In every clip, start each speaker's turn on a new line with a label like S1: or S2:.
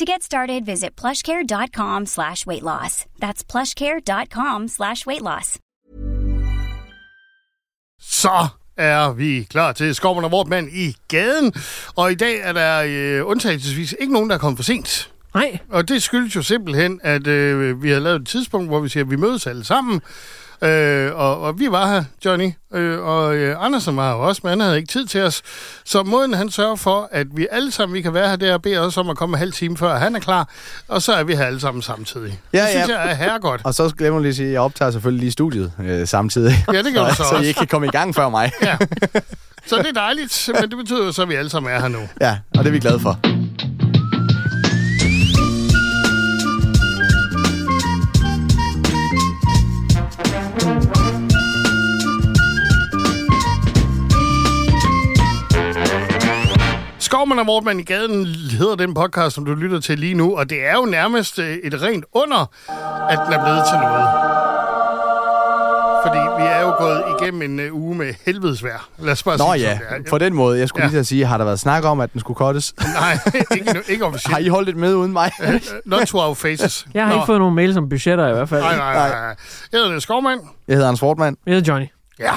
S1: To get started, visit plushcare.com slash weight loss. That's plushcare.com slash weight loss.
S2: Så er vi klar til Skovman og Vortmand i gaden. Og i dag er der øh, undtagelsesvis ikke nogen, der er kommet for sent.
S3: Nej,
S2: Og det skyldes jo simpelthen, at øh, vi har lavet et tidspunkt, hvor vi siger, at vi mødes alle sammen. Øh, og, og vi var her, Johnny, øh, og øh, Andersen var her også, men han havde ikke tid til os. Så måden han sørger for, at vi alle sammen vi kan være her, det er at bede os om at komme en halv time før han er klar, og så er vi her alle sammen samtidig.
S4: Ja,
S2: det synes
S4: ja.
S2: jeg er herregodt.
S4: Og så glemmer du lige at sige, at jeg optager selvfølgelig lige studiet øh, samtidig.
S2: Ja, det gør du
S4: så
S2: så også.
S4: I ikke kan komme i gang før mig.
S2: Ja. Så det er dejligt, men det betyder jo så, at vi alle sammen er her nu.
S4: ja, og det er vi glade for.
S2: Skovman og Mortmann i gaden hedder den podcast, som du lytter til lige nu, og det er jo nærmest øh, et rent under, at den er blevet til noget. Fordi vi er jo gået igennem en øh, uge med helvedes vejr. Lad os bare
S4: Nå
S2: sige,
S4: ja,
S2: som det er.
S4: på den måde. Jeg skulle
S2: Ja.
S4: lige til at sige, har der været snak om, at den skulle kottes?
S2: Nej, ikke, nu- ikke
S4: Har
S2: officielt.
S4: I holdt et møde uden mig?
S2: Øh, Not to our faces.
S3: jeg har Nå. ikke fået nogen mails om budgetter i hvert fald.
S2: Nej, nej, nej. nej. Jeg hedder Skovmand.
S4: jeg hedder Anders Fortmann.
S3: Jeg hedder Johnny.
S2: Ja,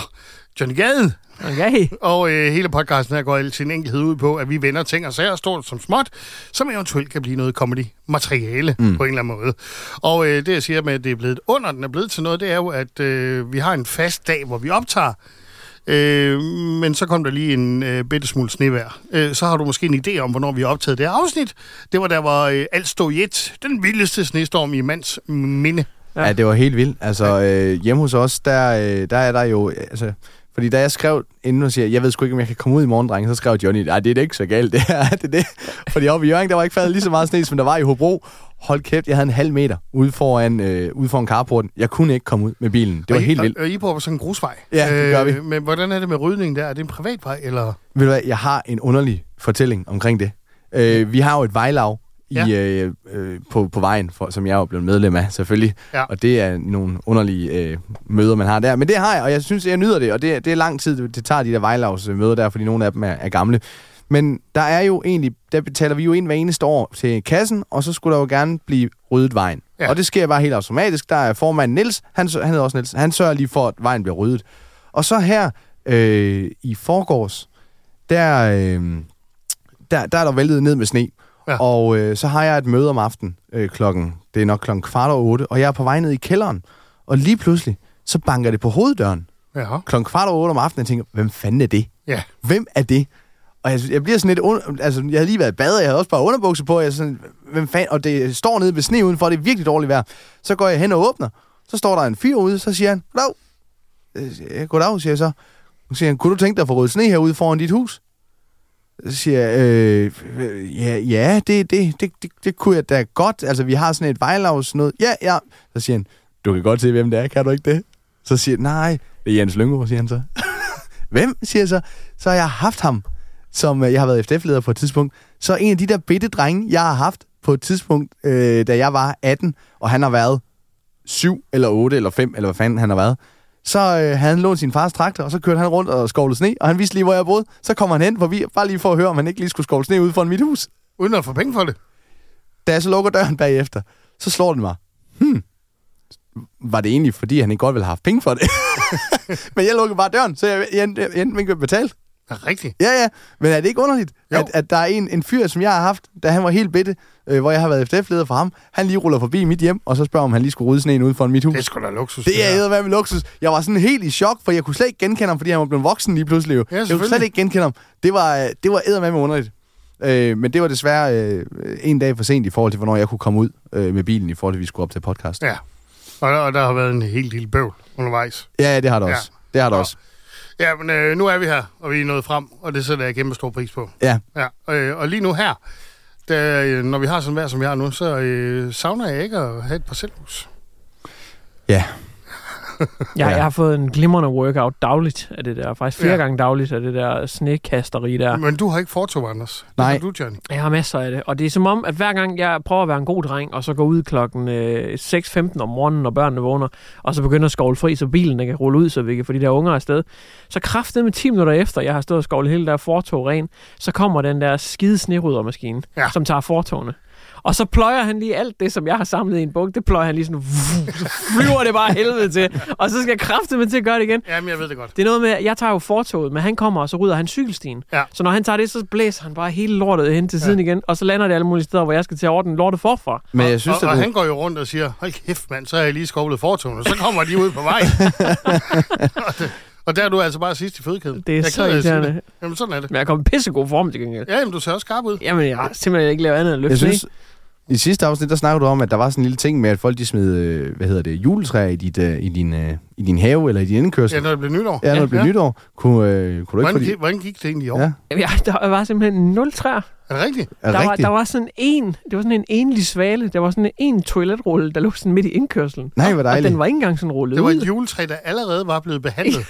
S2: Johnny Gade.
S3: Okay.
S2: Og øh, hele podcasten her går i sin enkelhed ud på, at vi vender ting og sager, stort som småt, som eventuelt kan blive noget comedy-materiale mm. på en eller anden måde. Og øh, det, jeg siger med, at det er blevet et under, den er blevet til noget, det er jo, at øh, vi har en fast dag, hvor vi optager. Øh, men så kom der lige en øh, bitte smule snevejr. Øh, så har du måske en idé om, hvornår vi har optaget det her afsnit. Det var der, hvor øh, alt stod i et. Den vildeste snestorm i mands minde.
S4: Ja. ja, det var helt vildt. Altså, øh, hjemme hos os, der, øh, der er der jo... Altså, fordi da jeg skrev, inden hun siger, jeg ved sgu ikke, om jeg kan komme ud i morgen, drenge, så skrev Johnny, nej, det er da ikke så galt, det her. Det er det. Fordi oppe i Jørgen, der var ikke faldet lige så meget sne, som der var i Hobro. Hold kæft, jeg havde en halv meter ude foran, øh, ude foran carporten. Jeg kunne ikke komme ud med bilen. Det var
S2: og
S4: helt
S2: I,
S4: vildt.
S2: Og, og I bor på sådan en grusvej. Øh,
S4: Ja, det gør vi.
S2: Men hvordan er det med rydningen der? Er det en privatvej, eller...
S4: Ved du hvad, jeg har en underlig fortælling omkring det. Øh, vi har jo et vejlav i,
S2: Ja.
S4: ja. øh, øh, på, på vejen, for, som jeg er jo blevet medlem af, selvfølgelig.
S2: Ja.
S4: Og det er nogle underlige øh, møder, man har der. Men det har jeg, og jeg synes, jeg nyder det. Og det, det er lang tid, det tager de der vejlavsmøder der, fordi nogle af dem er, er gamle. Men der er jo egentlig, der betaler vi jo ind hver eneste år til kassen, og så skulle der jo gerne blive ryddet vejen.
S2: Ja.
S4: Ja. Og det sker bare helt automatisk. Der er formanden Niels, han, sø- han hedder også Niels, han sørger lige for, at vejen bliver ryddet. Og så her øh, i forgårs, der, øh, der, der er der væltet ned med sne.
S2: Ja.
S4: Ja. Og øh, så har jeg et møde om aftenen øh, klokken, det er nok klokken kvart over otte, og jeg er på vej ned i kælderen. Og lige pludselig, så banker det på hoveddøren
S2: Ja.
S4: klokken kvart over otte om aftenen, og jeg tænker, hvem fanden er det?
S2: Ja.
S4: Hvem er det? Og jeg, jeg bliver sådan lidt... Un... Altså, jeg havde lige været i bad, og jeg havde også bare underbukser på, og jeg er sådan, hvem fanden... Og det står nede ved sne udenfor, og det er virkelig dårligt vejr. Så går jeg hen og åbner, så står der en fyr ude, så siger han, goddag. Øh, ja, Goddag, siger jeg så. Så siger han, kunne du tænke dig at få ryddet sne herude foran dit hus? Så siger jeg, øh, øh, ja, ja det, det, det, det, det kunne jeg da godt. Altså, vi har sådan et vejlavs noget. Ja, ja. Så siger han, du kan godt se, hvem det er, kan du ikke det? Så siger jeg, nej, det er Jens Lyngård, siger han så. Hvem, siger jeg så. Så har jeg haft ham, som øh, jeg har været FDF-leder på et tidspunkt. Så en af de der bitte drenge, jeg har haft på på et tidspunkt, øh, da jeg var 18, og han har været 7 eller 8 eller 5, eller hvad fanden han har været, så øh, havde han lånt sin fars traktor, og så kørte han rundt og skovlede sne, og han vidste lige, hvor jeg boede. Så kommer han hen, forbi, bare lige for at høre, om han ikke lige skulle skovle sne ude foran mit hus.
S2: Uden at få penge for det.
S4: Da jeg så lukker døren bagefter, så slår den mig. Hmm. Var det egentlig, fordi han ikke godt ville have haft penge for det? Men jeg lukkede bare døren, så jeg, jeg, endte- jeg endte med ikke at betale.
S2: Ja, rigtigt.
S4: Ja, ja. Men er det ikke underligt,
S2: Jo.
S4: at, at der er en, en fyr, som jeg har haft, da han var helt bitte, øh, hvor jeg har været FDF-leder for ham, han lige ruller forbi mit hjem, og så spørger om han lige skulle rydde sneen uden for mit hus.
S2: Det er sgu da luksus.
S4: Det
S2: her.
S4: er æder med luksus. Jeg var sådan helt i chok, for jeg kunne slet ikke genkende ham, fordi han var blevet voksen lige pludselig. Jo. jeg kunne
S2: selvfølgelig.
S4: slet ikke genkende ham. Det var, øh, det var æder med underligt. Øh, men det var desværre øh, en dag for sent i forhold til, hvornår jeg kunne komme ud øh, med bilen, i forhold til, at vi skulle op til podcast.
S2: Ja. Og, og der har været en helt lille bøvl undervejs.
S4: Ja, ja det har det også. Ja. Det har det
S2: Nå.
S4: også.
S2: Ja, men øh, nu er vi her, og vi er nået frem, og det sætter jeg kæmpe stor pris på.
S4: Ja.
S2: Ja, øh, og lige nu her, da, øh, når vi har sådan vejr, som vi har nu, så øh, savner jeg ikke at have et parcelhus.
S4: Ja.
S3: Jeg,
S4: Ja.
S3: jeg har fået en glimrende workout dagligt af det der. Faktisk flere
S2: Ja.
S3: ja. gange dagligt af det der snekasteri der.
S2: Ja. Men du har ikke fortog, Anders. Det
S4: Nej.
S2: har du, Johnny.
S3: Jeg har masser af det. Og det er som om, at hver gang jeg prøver at være en god dreng, og så går ud klokken øh, 6.15 om morgenen, når børnene vågner, og så begynder at skovle fri, så bilen den kan rulle ud, så vi kan få de der unger afsted. Så kraftet med 10 minutter efter, jeg har stået og skovlet hele der fortog ren, så kommer den der skide sneryddermaskine,
S2: Ja.
S3: ja. som tager fortogene. Og så pløjer han lige alt det, som jeg har samlet i en bog, det pløjer han lige sådan, så flyver det bare helvede til. Og så skal jeg kraftet med til at gøre det igen.
S2: Jamen, jeg ved det godt.
S3: Det er noget med, at jeg tager jo fortoget, men han kommer, og så rydder han cykelstien.
S2: Ja.
S3: Så når han tager det, så blæser han bare hele lortet hen til siden igen, og så lander det alle mulige steder, hvor jeg skal til at ordne lortet forfra.
S4: Men jeg synes,
S2: og, og
S4: det,
S2: han går jo rundt og siger, hold kæft mand, så har jeg lige skovlet fortogene, så kommer de ud på vej. Og det- og der er du altså bare sidst i fødekæden.
S3: Det er
S2: Jeg
S3: så
S2: ked af at sige
S3: irriterende.
S2: det. Jamen sådan er det.
S3: Men jeg kommer i pissegod form til gengæld.
S2: Ja, jamen du ser også skarp ud.
S3: Jamen, jeg har simpelthen ikke lavet andet end at løfte
S4: jeg synes,
S3: sne.
S4: i sidste afsnit, der snakkede du om, at der var sådan en lille ting med, at folk de smed, øh, hvad hedder det, juletræer i, dit, øh, i, din, øh, i din have eller i din indkørsel.
S2: Ja, når det bliver nytår.
S4: Ja, når det blev nytår. Kunne, øh, kunne du ikke
S2: Hvordan,
S4: få de...
S2: gik, hvordan gik det egentlig i år?
S4: Ja.
S2: Ja.
S3: Jamen, jeg, der var simpelthen nul træer.
S2: Er det rigtigt?
S4: Er
S3: Der var,
S4: rigtigt?
S3: der var sådan en, det var sådan en enlig svale, der var sådan en toiletrulle, der lå sådan midt i indkørselen.
S4: Nej, hvor
S3: Og
S4: dejligt.
S3: den var ikke engang sådan rullet
S2: Det var
S3: ud.
S2: et juletræ, der allerede var blevet behandlet.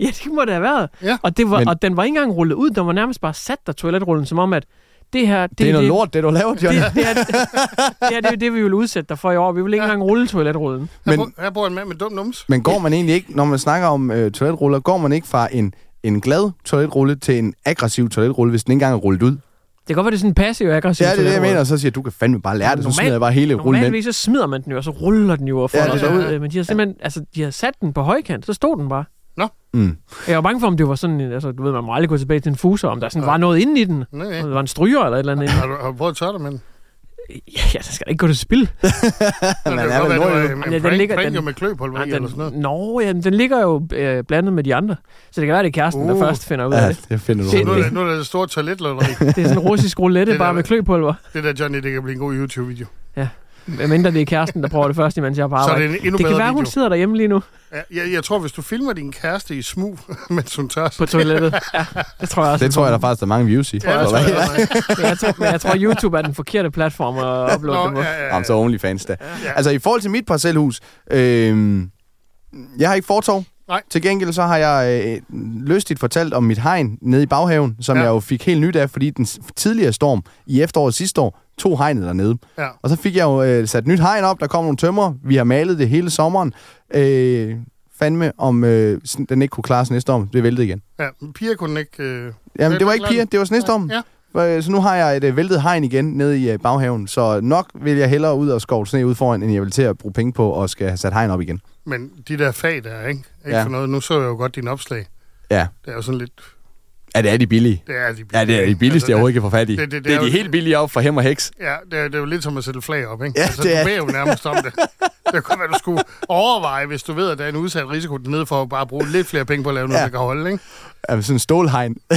S3: Ja, det må det have været.
S2: Ja.
S3: Og, det var,
S4: Men-
S3: Men... og den var ikke engang rullet ud, den var nærmest bare sat der, toiletrullen, som om at det her...
S4: Det er noget lort, det du laver, Johnny.
S3: Det, det, er, det, er, det er det, vi vil udsætte dig for i år. Vi vil ikke engang rulle toiletrullen.
S4: Men-
S2: Men... Her, bor, her bor en mand med dum numse.
S4: Men går man egentlig ikke, når man snakker om øh, toiletruller, går man ikke fra en, en glad toiletrulle til en aggressiv toiletrulle, hvis den ikke engang er rullet ud?
S3: Det kan godt være, det er sådan en passiv aggressiv
S4: Det er det, det jeg mener, og så siger jeg, du kan fandme bare lære det, så smider jeg bare hele rullen ind.
S3: Normalvis så smider man den jo, og så ruller den jo og får
S4: Ja,
S3: ja,
S4: det
S3: det
S4: er
S3: ud. Men de har simpelthen, altså, de har sat den på højkant, så stod den bare.
S2: Nå.
S4: Mm.
S3: Jeg var bange for, om det var sådan en, altså, du ved, man må aldrig gå tilbage til en fuser, om der sådan var noget inde i den.
S2: Nej,
S3: Om
S2: nej.
S3: der var en stryger eller et eller andet inde.
S2: Har du, har du prøvet at tørre dig med den?
S3: Ja, ja, det skal da ikke gå til spil.
S2: Den
S4: man
S2: kan
S4: er
S2: godt
S4: vel
S2: være,
S4: nordjyde.
S2: det var en-
S3: Ja,
S2: en
S3: den
S2: prank-
S3: ligger-
S2: prank jo
S3: den-
S2: med kløpulver i
S3: Nej,
S2: eller sådan noget.
S3: den, nå, ja, den ligger jo øh, blandet med de andre. Så det kan være, det er kæresten, uh. der
S2: Uh.
S3: først finder ud af
S4: Ja,
S3: det.
S4: det finder du
S3: Det-
S4: ud
S2: Nu
S4: af.
S2: er, det, nu er det det store toiletlønneri.
S3: Det er sådan en russisk roulette,
S2: Det er
S3: bare
S2: da-
S3: med kløpulver.
S2: Det der, Johnny, det kan blive en god YouTube-video.
S3: Hvad mindre det er kæresten, der prøver det først, imens jeg er på
S2: Så er
S3: arbejde.
S2: det en endnu
S3: det kan
S2: bedre
S3: være,
S2: video.
S3: hun sidder derhjemme lige nu
S2: Ja, jeg, jeg tror, hvis du filmer din kæreste i smug, mens hun tør
S3: på toilettet. Ja, det tror jeg også.
S4: Det tror jeg, der faktisk er mange views i.
S2: Ja, det tror jeg,
S4: Eller hvad?
S2: allerede.
S3: Men jeg, tror, men jeg tror, YouTube er den forkerte platform at uploade det på.
S2: Nå, ja, ja,
S4: Jamen, så OnlyFans da.
S2: ja.
S4: Altså, i forhold til mit parcelhus, øh, jeg har ikke fortov.
S2: Nej.
S4: Til gengæld så har jeg øh, lystigt fortalt om mit hegn nede i baghaven, som
S2: Ja.
S4: ja. jeg jo fik helt nyt af, fordi den s- tidligere storm i efteråret sidste år tog hegnet dernede.
S2: Ja.
S4: Og så fik jeg jo øh, sat nyt hegn op, der kom nogle tømmer, vi har malet det hele sommeren. Øh, fandme, om øh, sådan- den ikke kunne klare sig næste storm, det væltede igen.
S2: ja. men Pia kunne ikke... Øh,
S4: Jamen,
S2: Ja,
S4: det var
S2: det
S4: ikke
S2: er
S4: piger,
S2: klart.
S4: det var snestormen.
S2: Ja.
S4: Øh, Så nu har jeg et øh, væltet hegn igen nede i øh, baghaven, så nok vil jeg hellere ud og skovle sne ud foran, end jeg vil til at bruge penge på og skal have sat hegn op igen.
S2: men de der fag der, ikke? Ikke
S4: Ja.
S2: ja. for noget. Nu så jeg jo godt din opslag.
S4: Ja.
S2: Det er jo sådan lidt...
S4: Ja, det er de billige.
S2: Det er de Altså,
S4: Ja, det er de billigste, jeg overhovedet kan få fat i.
S2: det- det- det
S4: Det er
S2: er
S4: de
S2: jo-
S4: helt billige op for hem og heks.
S2: Ja, det er, det er jo lidt som at sætte flag op, ikke?
S4: Ja,
S2: altså,
S4: det er-
S2: Du beder jo nærmest om det. Det kunne være, du skulle overveje, hvis du ved, at der er en udsat risiko dernede for at bare bruge lidt flere penge på at lave noget,
S4: Ja.
S2: ja. der kan holde, ikke?
S4: Altså sådan en stålhegn.
S3: I,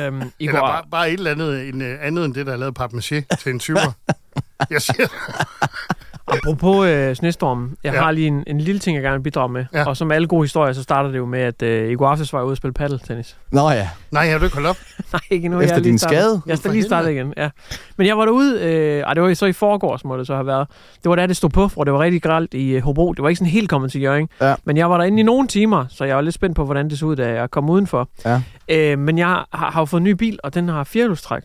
S3: øhm, I
S2: Eller
S3: går,
S2: bare, bare et eller andet, en, øh, andet end det, der er lavet papmaché til en 20'er. Jeg siger
S3: apropos øh, snestormen, jeg
S2: Ja.
S3: har lige en, en lille ting, jeg gerne vil bidrage med.
S2: Ja.
S3: Og som alle gode historier, så starter det jo med, at øh, i går aftes var jeg ude at spille paddeltennis.
S4: Nå ja,
S2: Nej, har du ikke holdt op?
S3: Nej, ikke nu.
S4: Efter
S3: jeg er lige
S4: din
S3: startet.
S4: skade?
S3: Jeg
S2: For
S3: skal lige starte igen, ja. Men jeg var derude, øh, ej, det var så i forgårs, må det så have været. Det var da, det stod på, for det var rigtig gralt i øh, Hobro. Det var ikke sådan helt kommet til Jørgen.
S4: Ja.
S3: Men jeg var derinde i nogle timer, så jeg var lidt spændt på, hvordan det så ud, da jeg kom udenfor.
S4: Ja.
S3: Øh, men jeg har, har jo fået en ny bil, og den har firehjulstræk.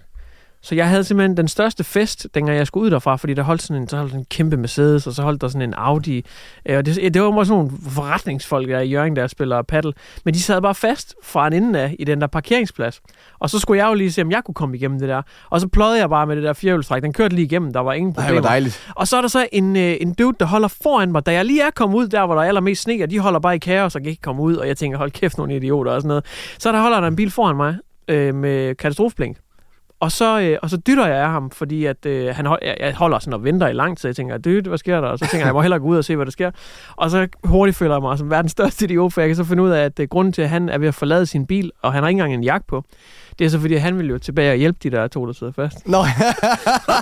S3: Så jeg havde simpelthen den største fest, dengang jeg skulle ud derfra, fordi der holdt sådan en, så holdt sådan en kæmpe Mercedes, og så holdt der sådan en Audi. Øh, Og det, det var måske sådan nogle forretningsfolk, der er i Jørgen, der spiller paddle. Men de sad bare fast fra en ende af i den der parkeringsplads. Og så skulle jeg jo lige se, om jeg kunne komme igennem det der. Og så pløjede jeg bare med det der firehjulstræk. Den kørte lige igennem, der var ingen
S4: Nej, det
S3: problemer.
S4: var dejligt.
S3: Og så er der så en, øh, en dude, der holder foran mig, da jeg lige er kommet ud der, hvor der er allermest sne, og de holder bare i kaos og kan ikke komme ud, og jeg tænker, hold kæft, nogle idioter og sådan noget. Så der holder der en bil foran mig øh, med katastrofeblink. Og så, øh, og så dytter jeg af ham, fordi at, øh, han hold, jeg, jeg holder sådan og venter i lang tid. Jeg tænker, dyt, hvad sker der? Og så tænker jeg, jeg må hellere gå ud og se, hvad der sker. Og så hurtigt føler jeg mig som verdens største idiot, for jeg kan så finde ud af, at øh, grunden til, at han er ved at forlade sin bil, og han har ikke engang en jakke på, det er så, fordi han vil jo tilbage og hjælpe de der to, der sidder fast.
S4: Nå,
S3: Og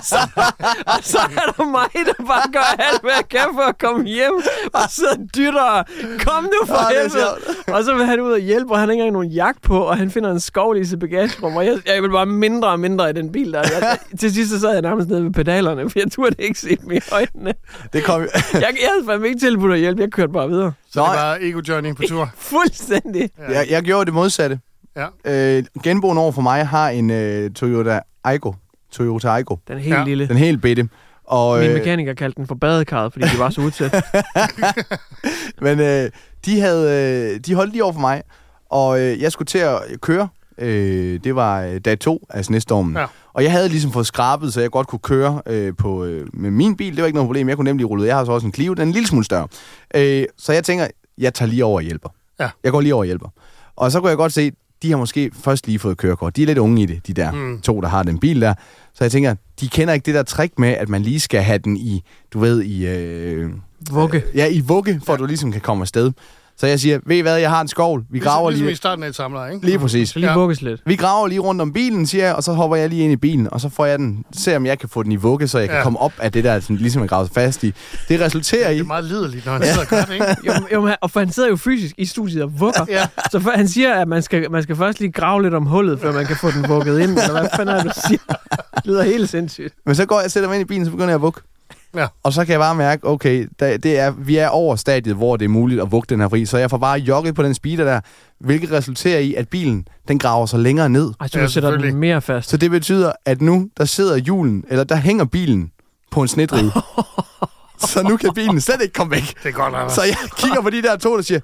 S3: så er der mig, der bare gør alt, hvad jeg kan for at komme hjem. Og så dytter kom nu for
S4: Ah, det er
S3: helvede. Og så vil han ud og hjælpe, og han har ikke engang nogen jakke på, og han finder en skovl i sit bagagerum, og jeg, jeg vil bare mindre og mindre i den bil der. Jeg, til sidst så sad jeg nærmest nede ved pedalerne, for jeg turde ikke se dem i øjnene.
S4: det kom jo.
S3: Jeg, jeg havde fandme ikke tilbudt at hjælpe, jeg kørte bare videre.
S2: Så det
S4: Nå,
S2: var Ego Journey på tur.
S3: Fuldstændig.
S4: Jeg, jeg gjorde det modsatte.
S2: Ja.
S4: Øh, genboen over for mig har en øh, Toyota Aygo. Toyota Aygo.
S3: Den er helt
S2: Ja.
S3: ja. lille.
S4: Den helt bitte. Og,
S3: Min
S4: øh,
S3: mekaniker kaldte den for badekarret, fordi de var så udsat.
S4: Men øh, de, havde, øh, de holdt lige over for mig, og øh, jeg skulle til at køre. Øh, det var øh, dag to af snestormen.
S2: Ja.
S4: Ja. Og jeg havde ligesom fået skrabet, så jeg godt kunne køre øh, på, øh, med min bil. Det var ikke noget problem. Jeg kunne nemlig rulle. ud. Jeg har så også en Clio, den er en lille smule større. Øh, så jeg tænker, jeg tager lige over og hjælper.
S2: Ja.
S4: Jeg går lige over og hjælper. Og så kunne jeg godt se, de har måske først lige fået kørekort. De er lidt unge i det, de der mm. to, der har den bil der. Så jeg tænker, de kender ikke det der trick med, at man lige skal have den i, du ved, i... Øh,
S3: Vugge.
S4: Ja, i vugge, for at du ligesom kan komme afsted. Så jeg siger, ved I hvad, jeg har en skovl. Vi graver
S2: ligesom,
S4: lige...
S2: Ligesom i starten af et samler, ikke?
S4: Lige præcis.
S3: Så lige
S2: Ja.
S3: ja. vugges lidt.
S4: Vi graver lige rundt om bilen, siger jeg, og så hopper jeg lige ind i bilen, og så får jeg den, ser om jeg kan få den i vugge, så jeg kan
S2: Ja.
S4: komme op af det der, sådan, ligesom er gravet fast i. Det resulterer i...
S2: Det er meget liderligt, når han sidder og gør det, ikke?
S3: Jo, men- jo, men han- og for han sidder jo fysisk i studiet og vugger.
S2: Ja.
S3: Så for, han siger, at man skal, man skal først lige grave lidt om hullet, før man kan få den vugget ind. Eller hvad fanden er det, du siger? Det lyder helt sindssygt.
S4: Men så går jeg og sætter mig ind i bilen, så begynder jeg at vugge.
S2: Ja.
S4: Og så kan jeg bare mærke, okay, der, det er, vi er over stadiet, hvor det er muligt at vugge den her fri, så jeg får bare jogget på den speeder der, hvilket resulterer i, at bilen, den graver sig længere ned.
S3: Ej, så
S2: Ja,
S3: du sætter
S2: selvfølgelig.
S3: den mere fast.
S4: Så det betyder, at nu, der sidder hjulen, eller der hænger bilen på en snedrive. så nu kan bilen slet ikke komme væk.
S2: Det er godt, Anders.
S4: Så jeg kigger på de der to, der siger,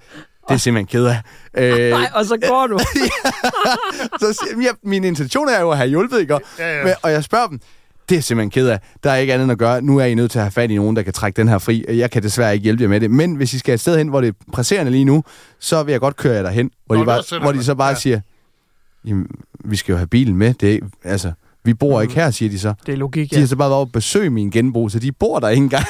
S4: det er simpelthen ked af. Øh,
S3: Nej, og så går du.
S4: så siger, ja, min intention er jo at have hjulpet, ikke?
S2: Ja, ja.
S4: Men, og jeg spørger dem, det er simpelthen ked af. Der er ikke andet end at gøre. Nu er I nødt til at have fat i nogen, der kan trække den her fri. Jeg kan desværre ikke hjælpe jer med det. Men hvis I skal et sted hen, hvor det er presserende lige nu, så vil jeg godt køre jer derhen. Hvor,
S2: Nå,
S4: de,
S2: det er
S4: bare,
S2: synd,
S4: hvor de så bare
S2: ja.
S4: ja. siger, Jamen, vi skal jo have bilen med. Det er, altså, vi bor ikke her, siger de så.
S3: Det er logik,
S4: De har
S3: ja.
S4: så bare været oppe og besøge min genbrug, så de bor der ikke engang.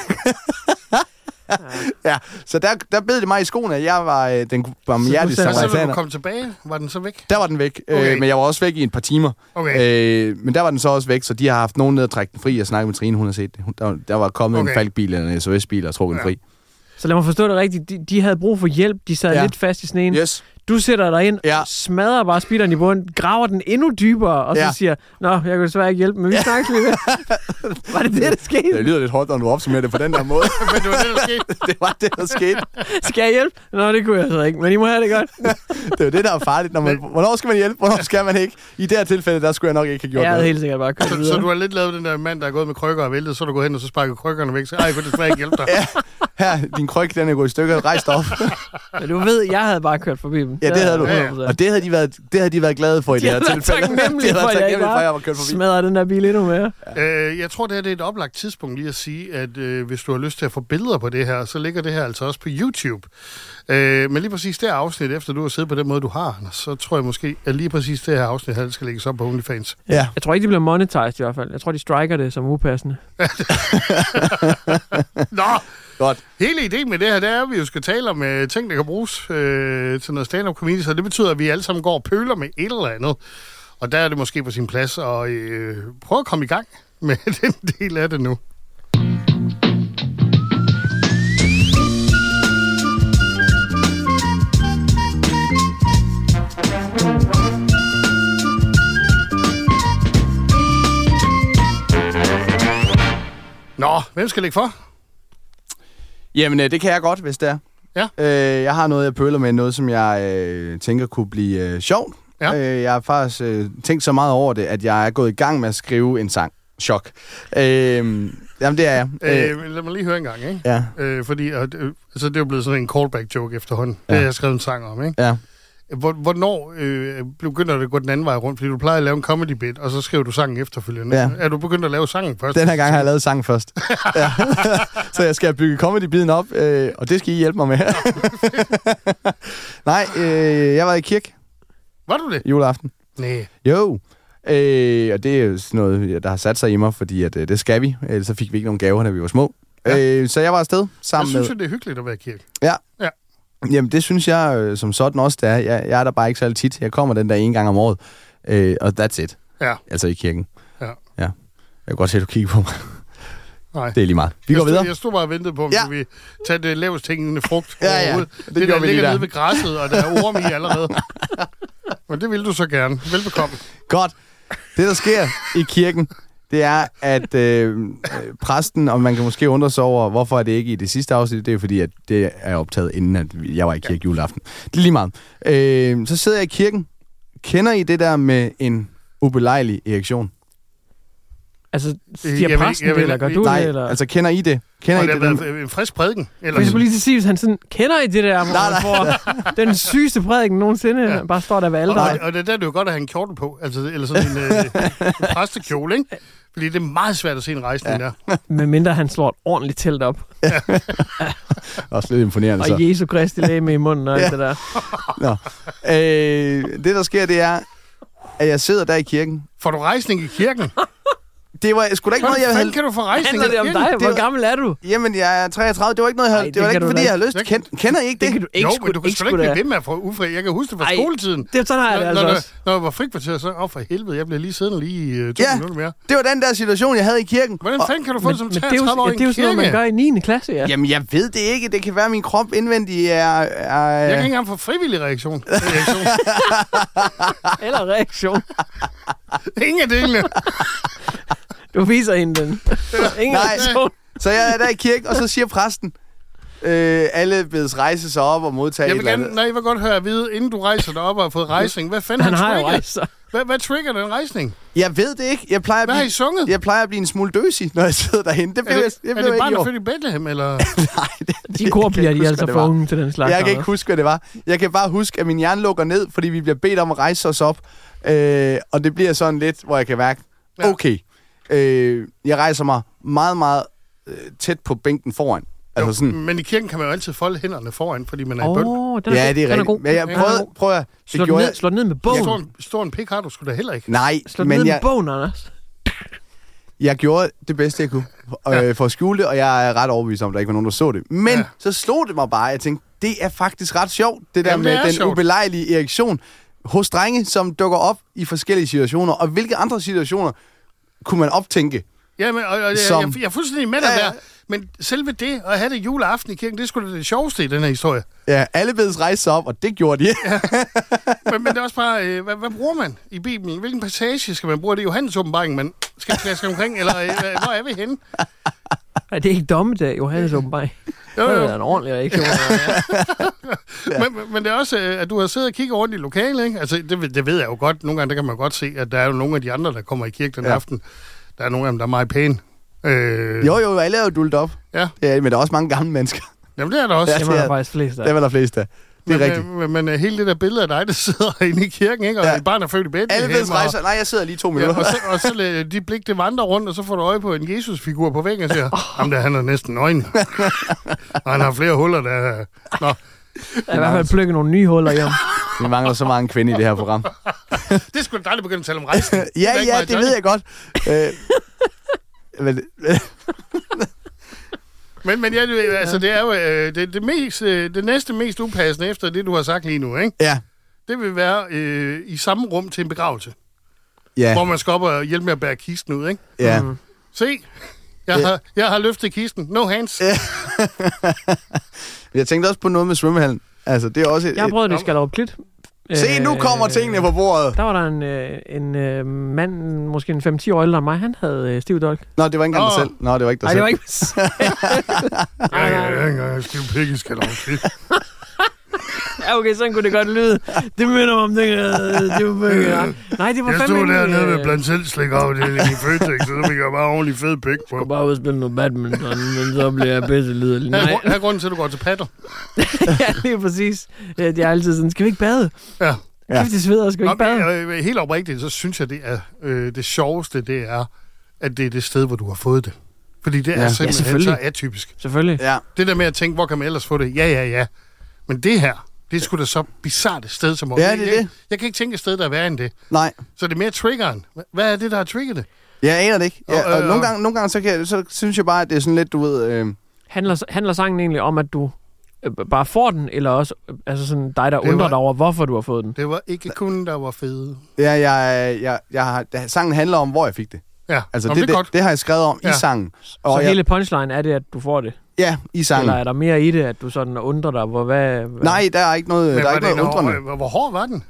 S4: ja, så der, der bed det mig i skoene, at jeg var øh, den barmhjertige
S3: Så du
S2: Og så vil du
S4: samaritaner.
S2: komme tilbage. Var den så væk?
S4: Der var den væk,
S2: Okay.
S4: øh, men jeg var også væk i et par timer.
S2: Okay.
S4: Øh, men der var den så også væk, så de har haft nogen ned og trække den fri og snakket med Trine. Hun har set det. Hun- Der, var- der var kommet okay. en
S2: Okay.
S4: falkbil eller en SOS-bil og trukket ja.
S2: Ja.
S4: den fri.
S3: Så lad mig forstå det rigtigt. De, de havde brug for hjælp. De sad
S4: Ja.
S3: ja. lidt fast i sneen.
S4: Yes.
S3: Du sætter dig ind,
S4: Ja.
S3: ja. smadrer bare speederen i bunden, graver den endnu dybere, og så
S4: Ja.
S3: ja. siger, Nå, jeg kan desværre ikke hjælpe, men vi snakkes lige ved. Var det det, der
S4: Det
S3: skete?
S4: lyder lidt hårdt, når du opsummerer det på den der måde.
S2: Men det var det, der skete.
S4: det var det, der skete.
S3: Skal jeg hjælpe? Nå, det kunne jeg så ikke, men I må have det godt.
S4: Det er jo det, der er farligt. Når man, hvornår skal man hjælpe? Hvornår skal man ikke? I det her tilfælde, der skulle jeg nok ikke have gjort
S3: Jeg havde
S4: noget.
S3: helt sikkert bare kørt
S2: Så,
S3: videre.
S2: så du har lidt lavet den der mand, der er gået med krykker og væltet, så er du gået hen og så sparket krykkerne væk. Så, Ej, jeg kunne desværre ikke hjælpe dig. ja.
S4: Her, din kryg, den er gået i stykker. Rejs dig op.
S3: Men du ved, jeg havde bare kørt forbi dem.
S4: Ja, det havde du.
S2: Ja, ja.
S4: Og det havde de været, det havde de været glade for i
S3: de
S4: det her
S3: havde været
S4: tilfælde.
S3: taknemmelige for, at jeg ikke
S4: for, at jeg var
S3: var
S4: kørt forbi.
S3: smadrer den der bil endnu mere.
S2: Øh, jeg tror, det her det er et oplagt tidspunkt lige at sige, at øh, hvis du har lyst til at få billeder på det her, så ligger det her altså også på YouTube. Øh, men lige præcis det her afsnit, efter du har siddet på den måde, du har, Anders, så tror jeg måske, at lige præcis det her afsnit her, det skal lægges op på OnlyFans.
S4: Ja.
S3: Jeg tror ikke, de bliver monetized i hvert fald. Jeg tror, de striker det som upassende.
S2: Nå,
S4: Godt.
S2: hele ideen med det her, det er, at vi jo skal tale om øh, ting, der kan bruges øh, til noget stand-up comedy, så det betyder, at vi alle sammen går og pøler med et eller andet. Og der er det måske på sin plads at øh, prøve at komme i gang med den del af det nu. Nå, hvem skal lægge for?
S4: Jamen, øh, det kan jeg godt, hvis det er.
S2: Ja.
S4: Øh, jeg har noget, jeg pøler med, noget, som jeg øh, tænker kunne blive øh, sjovt.
S2: Ja.
S4: Ja. Øh, jeg har faktisk øh, tænkt så meget over det, at jeg er gået i gang med at skrive en sang. Chok. Øh, jamen, det er jeg. Øh,
S2: Øh, lad mig lige høre en gang, ikke?
S4: ja,
S2: Øh, fordi øh, øh, altså, det er jo blevet sådan en callback-joke efterhånden. Ja.
S4: Ja.
S2: Det har jeg skrevet en sang om, ikke?
S4: ja.
S2: Hvor, hvornår øh, begynder det at gå den anden vej rundt? Fordi du plejer at lave en comedy bit, og så skriver du sangen efterfølgende.
S4: Ja.
S2: Er du begyndt at lave sangen først?
S4: Den her gang har jeg lavet sangen først. ja. så jeg skal bygge comedy-biden op, øh, og det skal I hjælpe mig med. Nej, øh, jeg var i kirke
S2: Var du det?
S4: juleaften.
S2: Nej.
S4: Jo. Øh, og det er jo sådan noget, der har sat sig i mig, fordi at, øh, det skal vi. Ellers så fik vi ikke nogen gaver, da vi var små.
S2: Ja.
S4: Ja. Øh, så jeg var afsted
S2: Jeg
S4: sammen
S2: synes jo,
S4: med...
S2: det er hyggeligt at være i kirke.
S4: Ja.
S2: Ja.
S4: Jamen, det synes jeg øh, som sådan også, det er. Jeg, jeg er der bare ikke særlig tit. Jeg kommer den der en gang om året. Øh, og that's it.
S2: Ja.
S4: Altså i kirken.
S2: Ja.
S4: ja. Jeg kan godt se, at du kigger på mig.
S2: Nej.
S4: Det er lige meget. Vi går
S2: jeg stod,
S4: videre.
S2: Jeg stod bare og ventede på, om
S4: Ja.
S2: ja. vi tage det lavest hængende frugt
S4: Ja, ja.
S2: overhovedet.
S4: Det
S2: Det, det
S4: gjorde
S2: der
S4: vi lige
S2: ligger
S4: der.
S2: nede ved græsset, og der er orm i allerede. Men det ville du så gerne. Velbekomme.
S4: Godt. Det, der sker i kirken, det er, at øh, øh, præsten, og man kan måske undre sig over, hvorfor er det ikke i det sidste afsnit, det er fordi, at det er optaget inden, at vi- jeg var i kirke juleaften. Det er lige meget. Øh, så sidder jeg i kirken. Kender I det der med en ubelejlig erektion?
S3: Altså,
S2: jeg ved
S3: siger
S2: ikke-
S3: præsten
S2: jeg
S3: det,
S2: ved
S3: eller
S2: ikke-
S3: gør du
S4: Nej,
S3: det? Eller? Altså,
S4: altså kender I det? Kender
S2: Og
S4: I
S2: det har
S4: det? Der...
S2: været en frisk prædiken. Eller
S3: jeg skulle lige til at sige, hvis han sådan, kender I det der, hvor
S4: Nej,
S3: man får den sygeste prædiken nogensinde,
S2: Ja.
S3: ja. bare står der ved
S2: og, og,
S3: alderen.
S2: og det er der, det er jo godt at have en kjortel på. Altså, eller sådan en, øh, en præstekjole, ikke? Fordi det er meget svært at se en rejsning ja. der.
S3: Med mindre han slår et ordentligt telt op,
S4: Også lidt imponerende så.
S3: og Jesu Kristi læge med i munden og alt det der.
S4: Nå. Øh, det, der sker, det er, at jeg sidder der i kirken.
S2: Får du rejsning i kirken?
S4: Det var sgu da ikke noget, jeg
S2: Hvordan
S4: havde...
S2: havde... kan du få rejsning
S3: Handler
S2: i
S3: det om
S2: kirken?
S3: dig?
S4: det
S3: Hvor
S4: var-
S3: gammel er du?
S4: Jamen, jeg er 33. Det var ikke noget, jeg havde...
S3: Ej,
S4: det,
S3: det
S4: var
S3: kan
S4: ikke,
S3: du
S4: fordi
S3: da
S4: jeg havde lyst til...
S2: ikke.
S4: Kend... Kender I ikke det?
S3: Det kan du ikke
S2: jo,
S3: sgu
S2: men du kan
S3: ikke
S2: sgu da
S3: sgu
S2: ikke
S3: da.
S2: blive ved med at få ufri. Jeg kan huske det fra
S3: Ej,
S2: skoletiden.
S3: Det, sådan har jeg det
S2: når,
S3: altså
S2: når,
S3: også.
S2: når jeg var frikvarter, så op for helvede, jeg blev lige siddende lige i øh, to
S4: Ja.
S2: minutter mere.
S4: Det var den der situation, jeg havde i kirken.
S2: Hvordan fanden kan du få det som
S3: Men det er jo,
S2: 33 år
S3: ja,
S2: i
S3: det er jo
S2: en
S3: sådan noget, man
S2: kirke?
S3: gør i 9. klasse, ja.
S4: Jamen, jeg ved det ikke. Det kan være, at min krop indvendig er... er...
S2: Jeg kan ikke engang få frivillig reaktion. reaktion.
S3: Eller reaktion.
S2: Ingen af delene.
S3: Du viser hende den. Ingen
S4: Nej.
S3: reaktion.
S4: Så jeg er der i kirken, og så siger præsten... Øh, alle bedes rejse sig op og modtage
S2: Jeg
S4: et
S2: vil
S4: eller
S2: gerne,
S4: andet.
S2: nej, jeg vil godt høre at vide, inden du rejser dig op og har fået rejsning. Hvad fanden
S3: Han
S2: har
S3: har jo
S2: trigget?
S3: rejst sig.
S2: Hvad, hvad trigger den rejsning?
S4: Jeg ved det ikke. Jeg plejer, at
S2: Hvad har I
S4: blive,
S2: sunget?
S4: jeg plejer at blive en smule døsig, når jeg sidder derinde. Det blev
S2: er
S4: jeg,
S2: det,
S4: jeg,
S2: er
S4: blev
S2: det
S4: ikke
S2: barn,
S4: i
S2: der
S4: år.
S2: født i Bethlehem, eller?
S3: De kor
S4: Jeg kan ikke
S3: bliver de
S4: huske,
S3: altså
S4: hvad det
S3: for
S4: var.
S3: unge til den slags.
S4: Jeg kan ikke
S3: noget.
S4: huske, hvad det var. Jeg kan bare huske, at min hjerne lukker ned, fordi vi bliver bedt om at rejse os op. Øh, og det bliver sådan lidt, hvor jeg kan mærke,
S2: Ja.
S4: okay, øh, jeg rejser mig meget, meget øh, tæt på bænken foran. Altså sådan,
S2: Men i kirken kan man jo altid folde hænderne foran, fordi man er i bøn.
S3: Åh, den er
S4: ja,
S3: god.
S4: det er
S3: Den
S4: rigtigt.
S3: god.
S4: Men jeg
S3: Den er
S4: prøvede,
S3: god.
S4: prøv at...
S3: Slå
S4: Det
S3: den,
S4: gjorde
S3: ned,
S4: jeg...
S3: slå den ned med bogen.
S2: Stor, en- stor en pik har du sgu da heller ikke.
S4: Nej,
S3: Slå den ned
S4: men
S3: med
S4: jeg,
S3: bogen, Anders.
S4: jeg gjorde det bedste, jeg kunne øh, for at skjule det, og jeg er ret overbevist om, at der ikke var nogen, der så det. Men
S2: Ja.
S4: ja. så slog det mig bare, jeg tænkte, det er faktisk ret sjovt, det der
S2: Jamen, det
S4: med
S2: er
S4: den
S2: sjovt.
S4: ubelejlige erektion hos drenge, som dukker op i forskellige situationer. Og hvilke andre situationer kunne man optænke?
S2: Ja, men, og, og, jeg,
S4: Som-
S2: jeg, jeg er fuldstændig med dig
S4: Ja, ja.
S2: der. Men selve det, at have det juleaften i kirken, det er sgu da det sjoveste i den her historie.
S4: Ja, alle bedes rejse sig op, og det gjorde de. Ja.
S2: men, men det er også bare, øh, hvad, hvad bruger man i Bibelen? Hvilken passage skal man bruge? Det er Johannes åbenbaring, man skal flaske omkring, eller øh, hvad- hvor er vi henne?
S3: Nej, det er ikke dommedag, Johannes åbenbart.
S2: Jo,
S3: Det
S2: jo.
S3: er en ordentlig reaktion.
S2: Men, men- men det er også, øh, at du har siddet og kigget rundt i lokalet, ikke? Altså, det, ved- det ved jeg jo godt. Nogle gange, der kan man godt se, at der er jo nogle af de andre, der kommer i kirke den ja.
S4: Ja.
S2: aften. Der er nogle af dem, der er meget pæne. Øh,
S4: Jo, jo, alle er jo duldt op.
S2: Ja,
S4: Ja, men der er også mange gamle mennesker.
S2: jamen det er der også.
S4: Ja,
S3: Det var
S4: det
S3: der
S4: er-
S3: faktisk flest af.
S4: Det er der flest af. Det er
S2: men,
S4: rigtigt.
S2: øh, Men, men øh, hele det der billede af dig, der sidder inde i kirken, ikke? Og øh, ja.
S4: Ja.
S2: et barn er født i bedt.
S4: Alle bedes rejse sig. Nej, jeg sidder lige to
S2: Ja,
S4: minutter.
S2: og så, og så lader de blik, det vandrer rundt, og så får du øje på en Jesus-figur på væggen, og siger, ham der, han er næsten nøgen. og han har flere huller, der... Nå,
S3: Der er i hvert fald plukket nogle nye huller hjem.
S4: Vi mangler så mange kvinder i det her program.
S2: det er sgu da dejligt at begynde at tale om rejsen.
S4: Ja, ja, det ved jeg godt. Øh, men,
S2: Men, men ja, det, altså, det er jo øh, det, det, mest, øh, det næste mest upassende efter det, du har sagt lige nu, ikke?
S4: ja,
S2: Det vil være øh, i samme rum til en begravelse, ja. hvor
S4: ja,
S2: man Mm. skal op og hjælpe med at bære kisten ud, ikke?
S4: ja.
S2: Se, jeg,
S4: Ja.
S2: har, jeg har løftet kisten. No hands.
S4: Jeg tænkte også på noget med svømmehallen. Altså, det er også... Et,
S3: Jeg har
S4: et...
S3: prøvet det i Skallerup Klit. Øh,
S4: Se, nu kommer tingene på bordet.
S3: Der var der en, øh, en øh, mand, måske en 5-10 år ældre end mig, han havde øh, stiv dolk.
S4: Nå, det var ikke engang
S2: Nå.
S4: dig selv. Nå, det var ikke dig
S3: Nej,
S4: selv.
S3: det var ikke...
S2: Ja, ja, ja, ja, stiv pikke skal der også til.
S3: Ja, okay, sådan kunne det godt lyde. Det minder mig om den... Øh, det var, øh, nej, det var
S2: Jeg
S3: fandme...
S2: stod
S3: ikke,
S2: dernede ved
S3: øh,
S2: blandt selv slikafdelingen i Føtex, og så fik jeg bare ordentlig fed pæk på.
S3: Jeg kunne bare ud og spille noget badminton, men så bliver jeg pisse liderlig. Nej,
S2: Her er grunden til, at du går til patter.
S3: ja, lige præcis. Øh, Det er altid sådan, skal vi ikke bade?
S2: Ja.
S3: Ja. Kæft, det sveder, skal vi
S2: Nå,
S3: ikke bade?
S2: men, øh, helt oprigtigt, så synes jeg, det er øh, det sjoveste, det er, at det er det sted, hvor du har fået det. Fordi det er
S4: Ja,
S2: simpelthen
S3: selvfølgelig.
S2: så atypisk.
S3: Selvfølgelig.
S4: Ja.
S2: Det der med at tænke, hvor kan man ellers få det? Ja, ja, ja. Men det her, det er sgu da så bizart et sted som
S4: Ja, det er
S2: jeg,
S4: det.
S2: jeg kan ikke tænke et sted, der er værre end det.
S4: Nej.
S2: Så det er mere triggeren. Hvad er det, der har trigget det?
S4: Jeg aner det ikke. Ja,
S2: Og,
S4: og,
S2: øh,
S4: nogle,
S2: og-
S4: gange, nogle gange, så, kan jeg, så synes jeg bare, at det er sådan lidt, du ved... Øh,
S3: Handler, handler sangen egentlig om, at du øh, bare får den, eller også øh, altså sådan dig, der
S2: Det
S3: undrer
S2: var-
S3: dig over, hvorfor du har fået den?
S2: Det var ikke kun, der var fede.
S4: ja, jeg, jeg, jeg, har, da- sangen handler om, hvor jeg fik det.
S2: Ja,
S4: Altså,
S2: Nå,
S4: det,
S2: er
S4: det,
S2: godt.
S4: det, har jeg skrevet om
S2: Ja.
S4: i sangen.
S3: Så
S4: jeg,
S3: hele punchline er det, at du får det?
S4: Ja, i sangen.
S3: Eller er der mere i det, at du sådan undrer dig, hvor hvad... hvad-
S4: Nej, der er ikke noget,
S2: Men
S4: der er
S2: var
S4: ikke noget
S2: det en
S4: undrende.
S2: hård- hvor, hvor hård var den?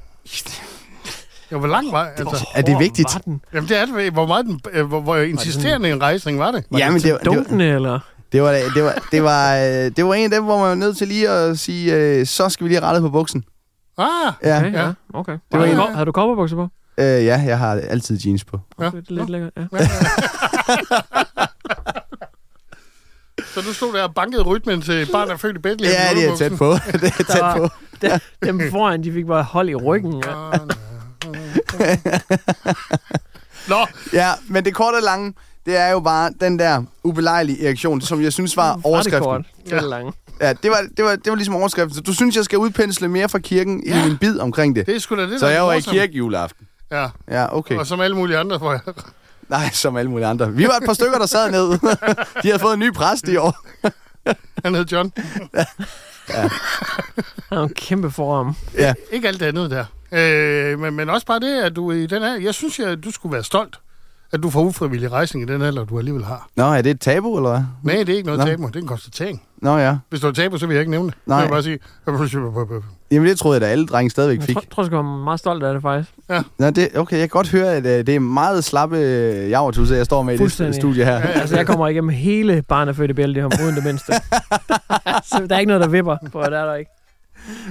S2: Ja, hvor lang var altså,
S4: Er det
S3: Hvor
S4: vigtigt?
S3: var den?
S2: Jamen, det er det. vel. Hvor, meget den, øh, hvor, hvor insisterende en rejsning var det?
S4: Ja, men det, var- det, var-
S3: Dunkende, eller?
S4: det, var, det, var, det, var, øh, det var en af dem, hvor man var nødt til lige at sige, øh, så skal vi lige rette på buksen.
S2: Ah,
S4: Ja,
S3: Okay,
S2: Ja. Ah,
S3: ja. okay.
S4: Det var
S3: Det var
S4: en-
S3: havde, havde du kopperbukser på?
S4: øh, ja jeg har altid jeans på.
S2: Ja.
S3: Ja. Det er lidt lækkert, ja.
S2: så du stod der og bankede rytmen til barn, der er født i Bethlehem.
S4: Ja,
S2: i
S4: det er
S2: underbuksen.
S4: tæt på. det er
S3: Der
S4: tæt
S3: var,
S4: på.
S3: der, dem foran, de fik bare hold i ryggen. Ja.
S2: Nå,
S4: Ja, men det korte og lange, det er jo bare den der ubelejlige erektion, som jeg synes var
S3: Mm,
S4: overskriften.
S3: Ja. Det er langt.
S4: Ja, det var, det, var, det var ligesom overskriften. Så du synes, jeg skal udpensle mere fra kirken ja. i min bid omkring det.
S2: det er sgu da det,
S4: Så
S2: der er
S4: jeg var i
S2: morsomt.
S4: kirke juleaften.
S2: Ja,
S4: Ja, okay.
S2: og som alle mulige andre, hvor jeg...
S4: Nej, som alle mulige andre. Vi var et par stykker, der sad ned. De havde fået en ny præst i år.
S2: Han hed John.
S3: Han har en kæmpe forarm.
S4: Ja,
S2: Ikke alt det andet der. Øh, men, men også bare det, at du i den her... Jeg synes, at du skulle være stolt, at du får ufrivillig rejsning i den alder, du alligevel har.
S4: Nå, er det et tabu, eller hvad?
S2: Nej, det er ikke noget
S4: Mm. Nå.
S2: tabu. Det er en konstatering.
S4: Nå ja.
S2: Hvis du er tabu, så vil jeg ikke nævne det.
S4: Nej.
S2: Jeg vil bare sige...
S4: Jamen, det troede jeg da, alle drenge stadigvæk
S3: Jeg
S4: fik.
S3: tror, tror sgu, jeg var meget stolt af det, faktisk.
S4: Nå, det, okay, jeg kan godt høre, at øh, det er meget slappe øh, javertusser, jeg står med i det
S3: Fuldstændig.
S4: studie her.
S3: Altså, jeg kommer igennem hele barnet født i bælte, det har uden det mindste. så der er ikke noget, der vipper på, det er der ikke.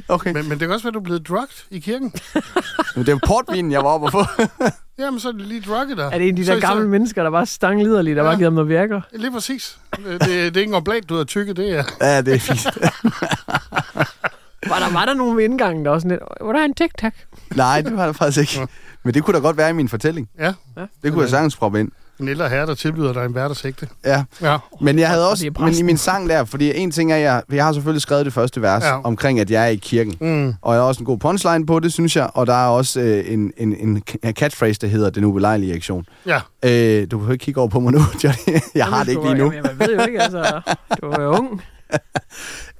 S4: Okay.
S2: Men, men det kan også være, at du er blevet drugt i kirken.
S4: Men det var portvinen, jeg var oppe og få.
S2: Jamen, så er det lige drukket der.
S3: Er det en af de der
S2: Så- så-
S3: gamle mennesker, der bare stang liderligt, der
S2: Ja.
S3: bare giver dem noget virker?
S2: Lige præcis. Øh, Det, det er ikke engang blat, du har tykket, det er.
S4: ja, det er fint.
S3: Var der, var der nogen ved indgangen, der også sådan lidt, hvor der er en tic-tac?
S4: Nej, det var det faktisk ikke. Men det kunne da godt være i min fortælling.
S2: Ja.
S4: Det kunne jeg sagtens proppe ind.
S2: En ældre herre, der tilbyder dig en hverdagshægte.
S4: Ja.
S2: Ja.
S4: Men jeg havde
S3: Og
S4: også,
S3: det er
S4: men i
S3: præsten.
S4: min sang der, fordi en ting er, jeg, jeg har selvfølgelig skrevet det første vers
S2: Ja.
S4: ja. omkring, at jeg er i kirken.
S2: Mm.
S4: Og jeg har også en god punchline på det, synes jeg. Og der er også øh, en, en, en catchphrase, der hedder den ubelejlige aktion.
S2: Ja.
S4: Øh, du behøver ikke kigge over på mig nu, Johnny. Jeg har det ikke lige nu.
S3: Jamen, jeg ved jo ikke, altså. Du er jo ung.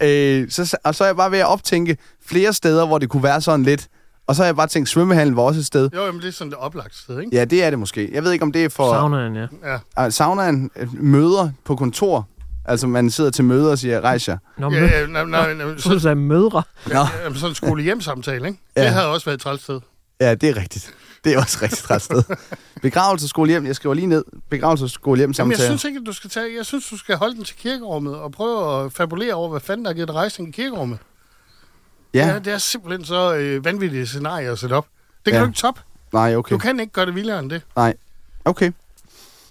S4: Øh, så, og så er jeg bare ved at optænke flere steder, hvor det kunne være sådan lidt. Og så har jeg bare tænkt, svømmehallen var også et sted.
S2: Jo, jamen, det er sådan et oplagt sted, ikke?
S4: Ja, det er det måske. Jeg ved ikke, om det er for...
S3: Saunaen, ja.
S2: Ja.
S4: Uh, saunaen øh, møder på kontor. Altså, man sidder til møder og siger, rejs jer.
S3: Nå,
S2: Ja,
S3: mø-
S2: ja, nej, nej, nej,
S3: så du
S2: så,
S3: sagde mødre.
S2: jamen, sådan en skole-hjem-samtale, ikke?
S4: Ja.
S2: Det havde også været et træls sted.
S4: Ja, det er rigtigt. Det er også et rigtig træt sted. Begravelse, skole hjem. Jeg skriver lige ned. Begravelse, skole hjem
S2: Jamen, jeg
S4: samtale.
S2: synes ikke, at du skal tage... Jeg synes, du skal holde den til kirkerummet og prøve at fabulere over, hvad fanden der har givet dig rejsning i kirkerummet.
S4: Ja.
S2: ja det er simpelthen så øh, vanvittige scenarier at sætte op. Det kan
S4: Ja.
S2: du ikke top.
S4: Nej, okay.
S2: Du kan ikke gøre det vildere end det.
S4: Nej. Okay.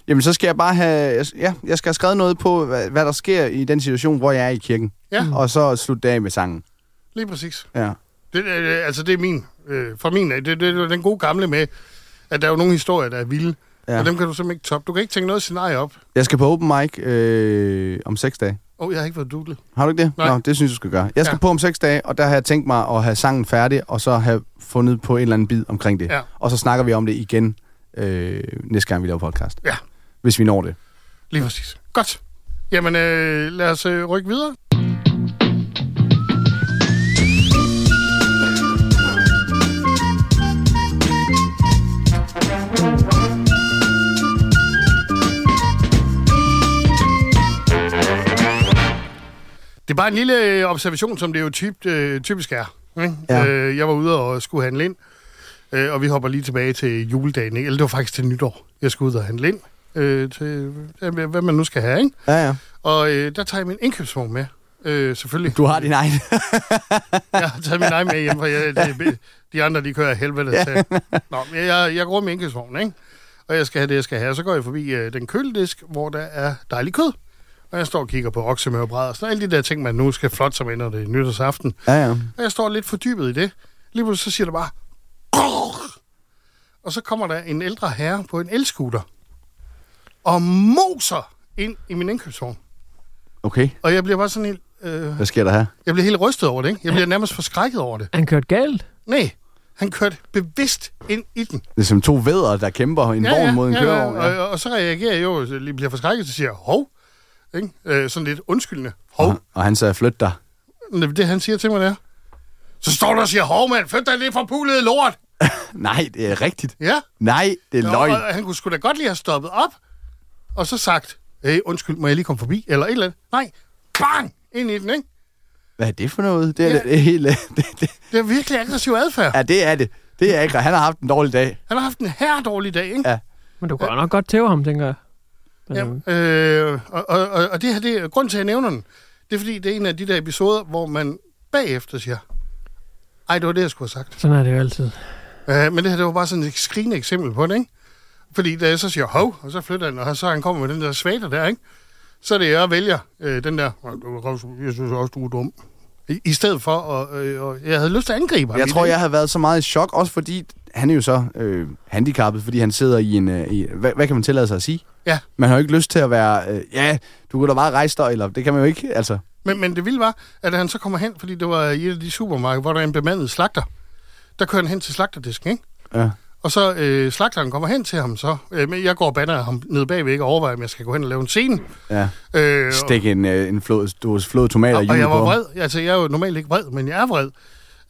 S4: Jamen, så skal jeg bare have... Ja, jeg skal have skrevet noget på, hvad, hvad der sker i den situation, hvor jeg er i kirken.
S2: Ja.
S4: Og så slutte det af med sangen.
S2: Lige præcis.
S4: Ja.
S2: Det, øh, altså, det er min, øh, fra min af. Det, det, det er den gode gamle med, at der er jo nogle historier, der er vilde. Ja.
S4: Ja.
S2: Og dem kan du simpelthen ikke toppe. Du kan ikke tænke noget scenarie op.
S4: Jeg skal på open mic øh, om seks dage.
S2: Åh, oh, jeg har ikke været dudlet.
S4: Har du ikke det?
S2: Nej.
S4: Nå, det synes jeg, du skal gøre. Jeg skal
S2: Ja.
S4: ja. på om seks dage, og der har jeg tænkt mig at have sangen færdig, og så have fundet på en eller anden bid omkring det.
S2: Ja.
S4: Og så snakker vi om det igen øh, næste gang, vi laver podcast.
S2: Ja.
S4: Hvis vi når det.
S2: Lige præcis. Godt. Jamen, øh, lad os øh, rykke videre. Det er bare en lille øh, observation, som det jo typ, øh, typisk er. Ikke?
S4: Ja.
S2: Øh, jeg var ude og skulle handle ind, øh, og vi hopper lige tilbage til juledagen. Ikke? Eller det var faktisk til nytår. Jeg skulle ud og handle ind øh, til, øh, hvad man nu skal have. Ikke?
S4: Ja, ja.
S2: Og øh, der tager jeg min indkøbsvogn med. øh, selvfølgelig.
S4: Du har din egen.
S2: Jeg har taget min egen med hjem, for jeg, de, de andre, de kører af helvede ja. til. Nå, men jeg, jeg går med enkeltsvogn, ikke? Og jeg skal have det, jeg skal have. Så går jeg forbi øh, den køledisk, hvor der er dejlig kød. Og jeg står og kigger på oksemørbræd og sådan alle de der ting, man nu skal flot som ind, når det er nytårsaften.
S4: ja, ja.
S2: Og jeg står lidt fordybet i det. Lige pludselig så siger der bare... "Grrr!" Og så kommer der en ældre herre på en elskuter og moser ind i min indkøbsvogn.
S4: Okay,
S2: Og jeg bliver bare sådan helt... Øh,
S4: hvad sker der her?
S2: jeg bliver helt rystet over det, ikke? Jeg bliver nærmest forskrækket over det.
S3: Han kørte galt.
S2: Nej, han kørte bevidst ind i den.
S4: Det er som to vædder, der kæmper en vogn mod en kørevogn. Ja,
S2: Og, og så reagerer jeg jo, lige bliver forskrækket, så siger jeg, hov. Ikke? Øh, sådan lidt undskyldende. Hov.
S4: Og han sagde, flyt dig.
S2: Men Det han siger til mig, der. Så står der og siger, hov mand, flyt dig lidt fra pulet lort.
S4: Nej, det er rigtigt.
S2: Ja.
S4: Nej, det er løgn.
S2: Og han kunne sgu da godt lige have stoppet op, og så sagt, hey, undskyld, må jeg lige komme forbi, eller et eller andet. Nej, bang, ind i den, ikke?
S4: Hvad er det for noget? Det er,
S2: Ja.
S4: ja. det, er helt... Det, det,
S2: Det er virkelig aggressiv adfærd.
S4: ja, det er det. Det er ikke, og han har haft en dårlig dag.
S2: Han har haft en her dårlig dag, ikke?
S4: Ja.
S3: Men du kan jo nok godt tæve ham, tænker jeg. Men,
S2: Ja,
S3: øhm,
S2: øh, og, og, og, og det her, det er grund til, at jeg nævner den. Det er fordi, det er en af de der episoder, hvor man bagefter siger, ej, det var det, jeg skulle have sagt.
S3: Sådan er det jo altid.
S2: Øh, men det her, det var bare sådan et skrigende eksempel på det, ikke? Fordi da jeg så siger, hov, og så flytter han, og så han kommer med den der svater der, ikke? Så er det, jeg vælger øh, den der, "Åh, du er røvs- jeg synes også, du er dum. I, i stedet for, og, øh, og jeg havde lyst til at angribe ham.
S4: Jeg
S2: i
S4: tror,
S2: det,
S4: jeg har været så meget i chok, også fordi han er jo så øh, handicappet, fordi han sidder i en... Øh, i, hvad, hvad kan man tillade sig at sige?
S2: Ja.
S4: Man har jo ikke lyst til at være... Øh, ja, du kunne da bare rejse dig, eller det kan man jo ikke, altså.
S2: Men, men det vilde var, at han så kommer hen, fordi det var i et af de supermarkeder, hvor der er en bemandet slagter. Der kører han hen til slagterdisken, ikke?
S4: Ja.
S2: Og så øh, slagteren kommer hen til ham så. Øh, men jeg går og banner ham nede bagved og overvejer, om jeg skal gå hen og lave en scene.
S4: ja.
S2: Øh,
S4: Stik en, øh, en flod, dåse flod tomater
S2: og,
S4: i
S2: og jeg
S4: hjulet
S2: var
S4: på.
S2: vred. Altså, jeg er jo normalt ikke vred, men jeg er vred.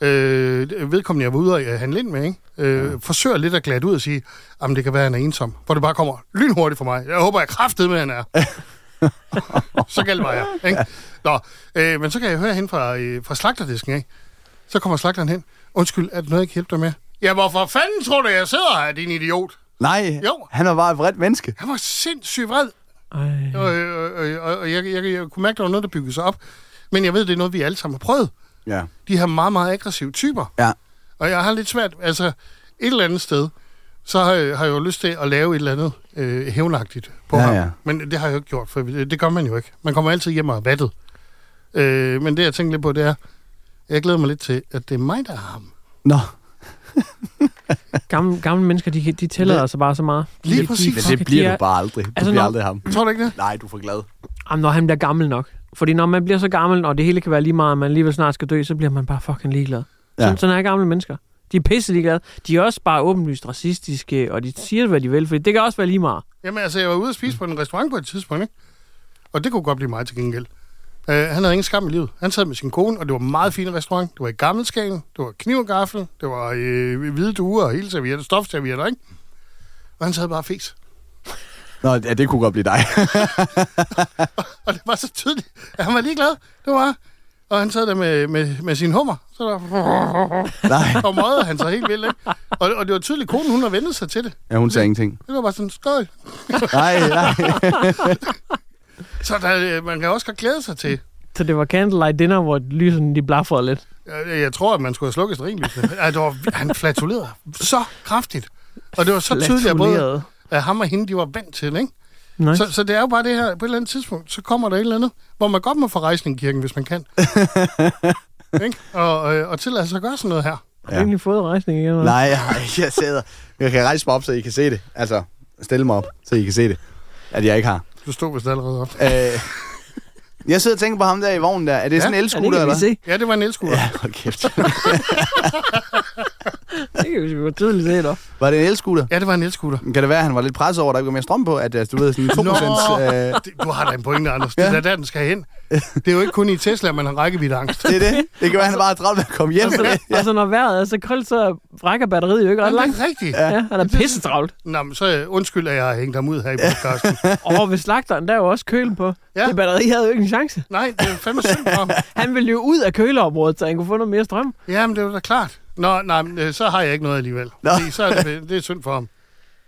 S2: Øh, vedkommende, jeg var ude og øh, handle ind med, ikke? Øh, ja. forsøger lidt at glatte ud og sige, at det kan være, han er ensom. Hvor det bare kommer lynhurtigt for mig. Jeg håber, jeg kraftede med, han er. så galt var jeg. Ikke? Nå, øh, men så kan jeg høre hende fra, øh, fra slagterdisken, ikke? Så kommer slagteren hen. Undskyld, er det noget, jeg kan hjælpe dig med? Ja, hvorfor fanden tror du, jeg sidder her, din idiot?
S4: Nej,
S2: Jo.
S4: han var bare et vredt menneske.
S2: Han var sindssygt vred.
S3: Ej.
S2: Og, og, og, og, og jeg, jeg, jeg kunne mærke, at der var noget, der byggede sig op. Men jeg ved, det er noget, vi alle sammen har prøvet.
S4: Ja.
S2: De her meget, meget aggressive typer.
S4: Ja.
S2: Og jeg har lidt svært, altså et eller andet sted, så har jeg, har jeg jo lyst til at lave et eller andet øh, hævnagtigt på
S4: Ja,
S2: ham.
S4: ja.
S2: Men det har jeg jo ikke gjort, for det, det gør man jo ikke. Man kommer altid hjem og er vattet. Øh, men det, jeg tænker lidt på, det er, jeg glæder mig lidt til, at det er mig, der er ham.
S4: Nå,
S3: Gamle, gamle mennesker, de, kan- de tæller
S4: Lige-
S3: altså bare så meget. De-
S2: lige
S3: de-
S2: præcis.
S4: men
S3: fuck,
S4: det bliver
S3: de er-
S4: du bare aldrig. Du
S3: Altså,
S4: bliver
S3: når-
S4: aldrig ham.
S2: Tror du ikke det?
S4: Nej, du er for glad.
S3: Jamen, når han bliver gammel nok. Fordi når man bliver så gammel, og det hele kan være lige meget, og man alligevel snart skal dø, så bliver man bare fucking ligeglad.
S4: Ja.
S3: Ja. Sådan, sådan er gamle mennesker. De er pisse ligeglade. De er også bare åbenlyst racistiske, og de siger, hvad de vil, for det kan også være lige meget.
S2: Jamen altså, jeg var ude at spise på en restaurant på et tidspunkt, ikke? Og det kunne godt blive mig til gengæld. Uh, han havde ingen skam i livet. Han sad med sin kone, og det var en meget fin restaurant. Det var i gammelskagen, det var kniv og gaffel, det var øh, hvide duer og hele servietter, stofservietter, ikke? Og han sad bare og fes.
S4: Nå, ja, det kunne godt blive dig.
S2: Og det var så tydeligt, at han var ligeglad. Det var Og han sad der med, med, med sin hummer. Så der...
S4: Nej.
S2: Og mødede han sig helt vildt, ikke? Og, og det var tydeligt, at konen hun har vendt sig til det.
S4: Ja, hun sagde ingenting.
S2: Det var bare sådan, skøj.
S4: Nej, nej.
S2: Så der, øh, man kan også godt glæde sig til,
S3: Så det var candlelight dinner, hvor lysene de blaffer lidt.
S2: Jeg, jeg tror, at man skulle have slukket stringlysene. Ej, det var, han flatulerede så kraftigt. Og det var så tydeligt, at, både,
S3: Flatulerede.
S2: at ham og hende, de var vant til, ikke?
S3: Nice.
S2: Så, så det er jo bare det her, på et eller andet tidspunkt, så kommer der et eller andet, hvor man godt må få rejsen i kirken, hvis man kan. ikke? Og, øh, og tillade sig at gøre sådan noget her.
S3: Har du egentlig fået rejsning igen? eller hvad?
S4: Nej, jeg- jeg sidder. Jeg kan rejse mig op, så I kan se det. Altså, stille mig op, så I kan se det. At jeg ikke har.
S2: Du stod vist allerede op.
S4: Øh, jeg sidder og tænker på ham der i vognen der. Er det sådan en
S3: Ja, det
S4: elskuter,
S3: kan vi
S4: eller?
S3: se.
S2: Ja, det var en elskuer. Ja.
S4: Ja, hold kæft.
S3: Det kan vi jo tydeligt se, dog.
S4: Var det en elskuter?
S2: ja, det var en elskuter.
S4: Kan det være, at han var lidt presset over, at der ikke var mere strøm på? At altså, du ved, sådan 2 procent... Øh,
S2: Det, du har da en pointe, Anders. Det er da der, den skal hen. Det er jo ikke kun i Tesla, man har rækkeviddeangst.
S4: det er det. Det kan være, at han bare har travlt med at komme hjem.
S3: Altså, når vejret er så koldt, så brækker batteriet jo ikke ret
S2: Men
S3: langt.
S2: Det er rigtigt.
S3: Ja, han er pisse travlt.
S2: Nå, men så øh, undskyld, at jeg har hængt ham ud her i podcasten.
S3: Og ved slagteren, der er jo også kølen på.
S2: Ja.
S3: Ja. Det batteri havde jo ikke en chance.
S2: Nej, det er fandme synd for ham.
S3: Han ville jo ud af køleområdet, så han kunne få noget mere strøm.
S2: Jamen, det er jo da klart. Nå, nej, men, øh, så har jeg ikke noget alligevel.
S4: Nå.
S2: Fordi så er det, det er synd for ham.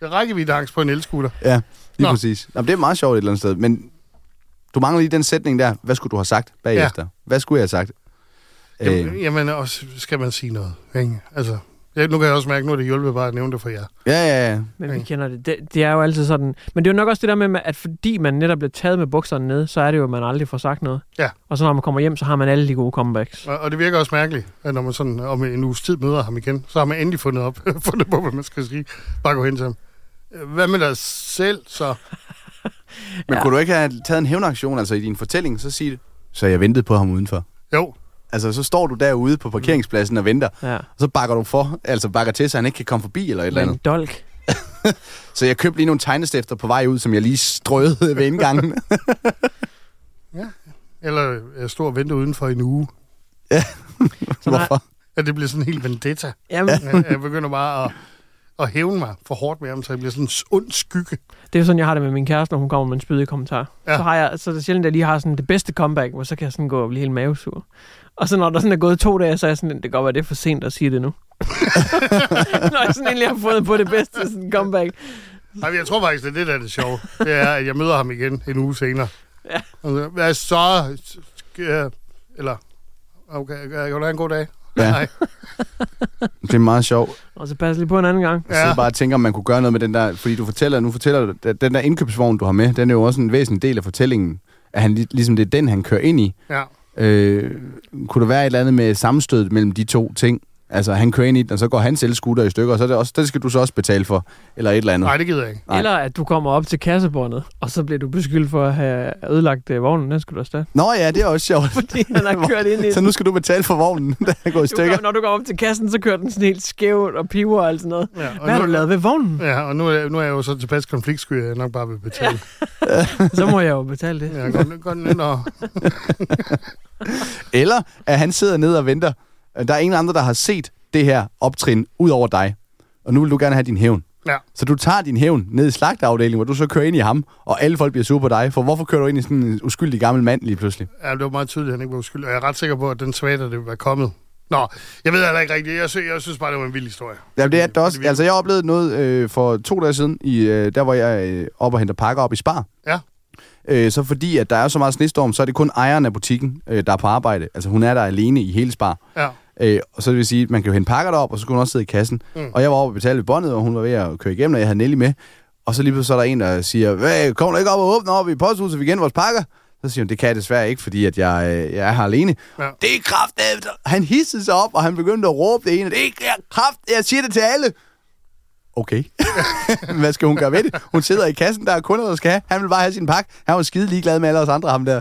S2: Det rækker vi angst på en elskuter.
S4: Ja, lige
S2: Nå.
S4: Nå. præcis. Nå, men det er meget sjovt et eller andet sted, men Du mangler lige den sætning der. Hvad skulle du have sagt bagefter? Ja. Hvad skulle jeg have sagt? Øhm. Øh,
S2: Jamen, jamen og så skal man sige noget, ikke? Altså, ja, nu kan jeg også mærke, nu er det hjulpet bare at nævne det for jer.
S4: Ja, ja, ja.
S3: Men vi kender det. det. Det er jo altid sådan. Men det er jo nok også det der med, at fordi man netop bliver taget med bukserne ned, så er det jo, at man aldrig får sagt noget.
S2: Ja.
S3: Og så når man kommer hjem, så har man alle de gode comebacks.
S2: Og, og det virker også mærkeligt, at når man sådan om en uges tid møder ham igen, så har man endelig fundet op, fundet på, hvad man skal sige. Bare gå hen til ham. Hvad med dig selv, så?
S4: Men ja. kunne du ikke have taget en hævnaktion, altså i din fortælling, så sig det. Så jeg ventede på ham udenfor.
S2: Jo,
S4: Altså, så står du derude på parkeringspladsen og venter,
S3: Ja.
S4: og så bakker du for, altså bakker til, så han ikke kan komme forbi eller et eller
S3: Men
S4: andet.
S3: dolk.
S4: Så jeg købte lige nogle tegnestifter på vej ud, som jeg lige strøede ved indgangen.
S2: Eller jeg står og venter udenfor i en uge.
S3: Sådan har-
S4: Hvorfor?
S2: At det bliver sådan helt vendetta.
S3: Jamen,
S2: Jeg, jeg begynder bare at, at hævne mig for hårdt med ham, så jeg bliver sådan en ond skygge.
S3: Det er jo sådan, jeg har det med min kæreste, når hun kommer med en spydig kommentar.
S2: Ja.
S3: Ja. Så, har jeg, så er det sjældent, at jeg lige har sådan det bedste comeback, hvor så kan jeg sådan gå og blive helt mavesur. Og så når der sådan er gået to dage, så er jeg sådan, lidt, det kan godt være, det er for sent at sige det nu. når jeg sådan egentlig har fået på det bedste sådan comeback.
S2: Ej, men jeg tror faktisk, det er det, der er det sjove. Det er, at jeg møder ham igen en uge senere.
S3: Ja.
S2: Og så, Hvad så? Skal jeg- Eller, okay, kan du have en god dag?
S4: Ja.
S2: Nej.
S4: Det er meget sjovt.
S3: Og så pas lige på en anden gang.
S4: Jeg sidder
S2: Ja.
S4: bare og tænker, om man kunne gøre noget med den der, fordi du fortæller, nu fortæller du, at den der indkøbsvogn, du har med, den er jo også en væsentlig del af fortællingen, at han, lig- ligesom det er den, han kører ind i.
S2: ja.
S4: Øh, kunne der være et eller andet med sammenstød mellem de to ting? Altså, han kører ind i den, og så går hans elskutter i stykker, og så er det også, den skal du så også betale for, eller et eller andet.
S2: Nej, det gider jeg ikke.
S4: Nej.
S3: Eller at du kommer op til kassebåndet, og så bliver du beskyldt for at have ødelagt øh, vognen. Den skulle du erstatte.
S4: Nå ja, det er også sjovt.
S3: Fordi han har kørt ind i
S4: Så
S3: den.
S4: nu skal du betale for vognen, der går i
S3: Du,
S4: stykker.
S3: kom- når du kommer op til kassen, så kører den sådan helt skævt og piver og alt sådan noget.
S2: Ja, og
S3: Hvad har
S2: nu-
S3: du lavet ved vognen?
S2: Ja, og nu er, jeg- nu er jeg jo så tilpas konfliktsky, at jeg nok bare vil betale.
S3: Så må jeg jo betale det.
S2: Ja. Jeg går, går den ind og...
S4: Eller at han sidder nede og venter. Der er ingen andre, der har set det her optrin ud over dig. Og nu vil du gerne have din hævn.
S2: Ja.
S4: Så du tager din hævn ned i slagteafdelingen, hvor du så kører ind i ham, og alle folk bliver sure på dig. For hvorfor kører du ind i sådan en uskyldig gammel mand lige pludselig?
S2: Ja, det var meget tydeligt, at han ikke var uskyldig. Og jeg er ret sikker på, at den svater, det var kommet. Nå, jeg ved heller ikke rigtigt. Jeg, sy- jeg synes bare, det var en vild historie.
S4: Ja, det er det også. Altså, jeg oplevede noget øh, for to dage siden, i, øh, der hvor jeg øh, op og henter pakker op i Spar.
S2: Ja.
S4: Øh, så fordi, at der er så meget snestorm, så er det kun ejeren af butikken, øh, der er på arbejde. Altså, hun er der alene i hele Spar.
S2: Ja.
S4: Øh, og så det vil sige, at man kan jo hente pakker derop, og så kunne hun også sidde i kassen. Mm. Og jeg var oppe og betalte ved båndet, og hun var ved at køre igennem, og jeg havde Nelly med. Og så lige pludselig så er der en, der siger, Hvad, kom du ikke op og åbne op i posthuset, vi igen vores pakker? Så siger hun, det kan jeg desværre ikke, fordi at jeg, øh, jeg er her alene.
S2: Ja.
S4: Ja. Det er kraft Han hissede sig op, og han begyndte at råbe det ene. Det er kraft, jeg siger det til alle. Okay. Hvad skal hun gøre ved det? Hun sidder i kassen, der er kunder, der skal have. Han vil bare have sin pakke. Han var skide ligeglad med alle os andre, ham der.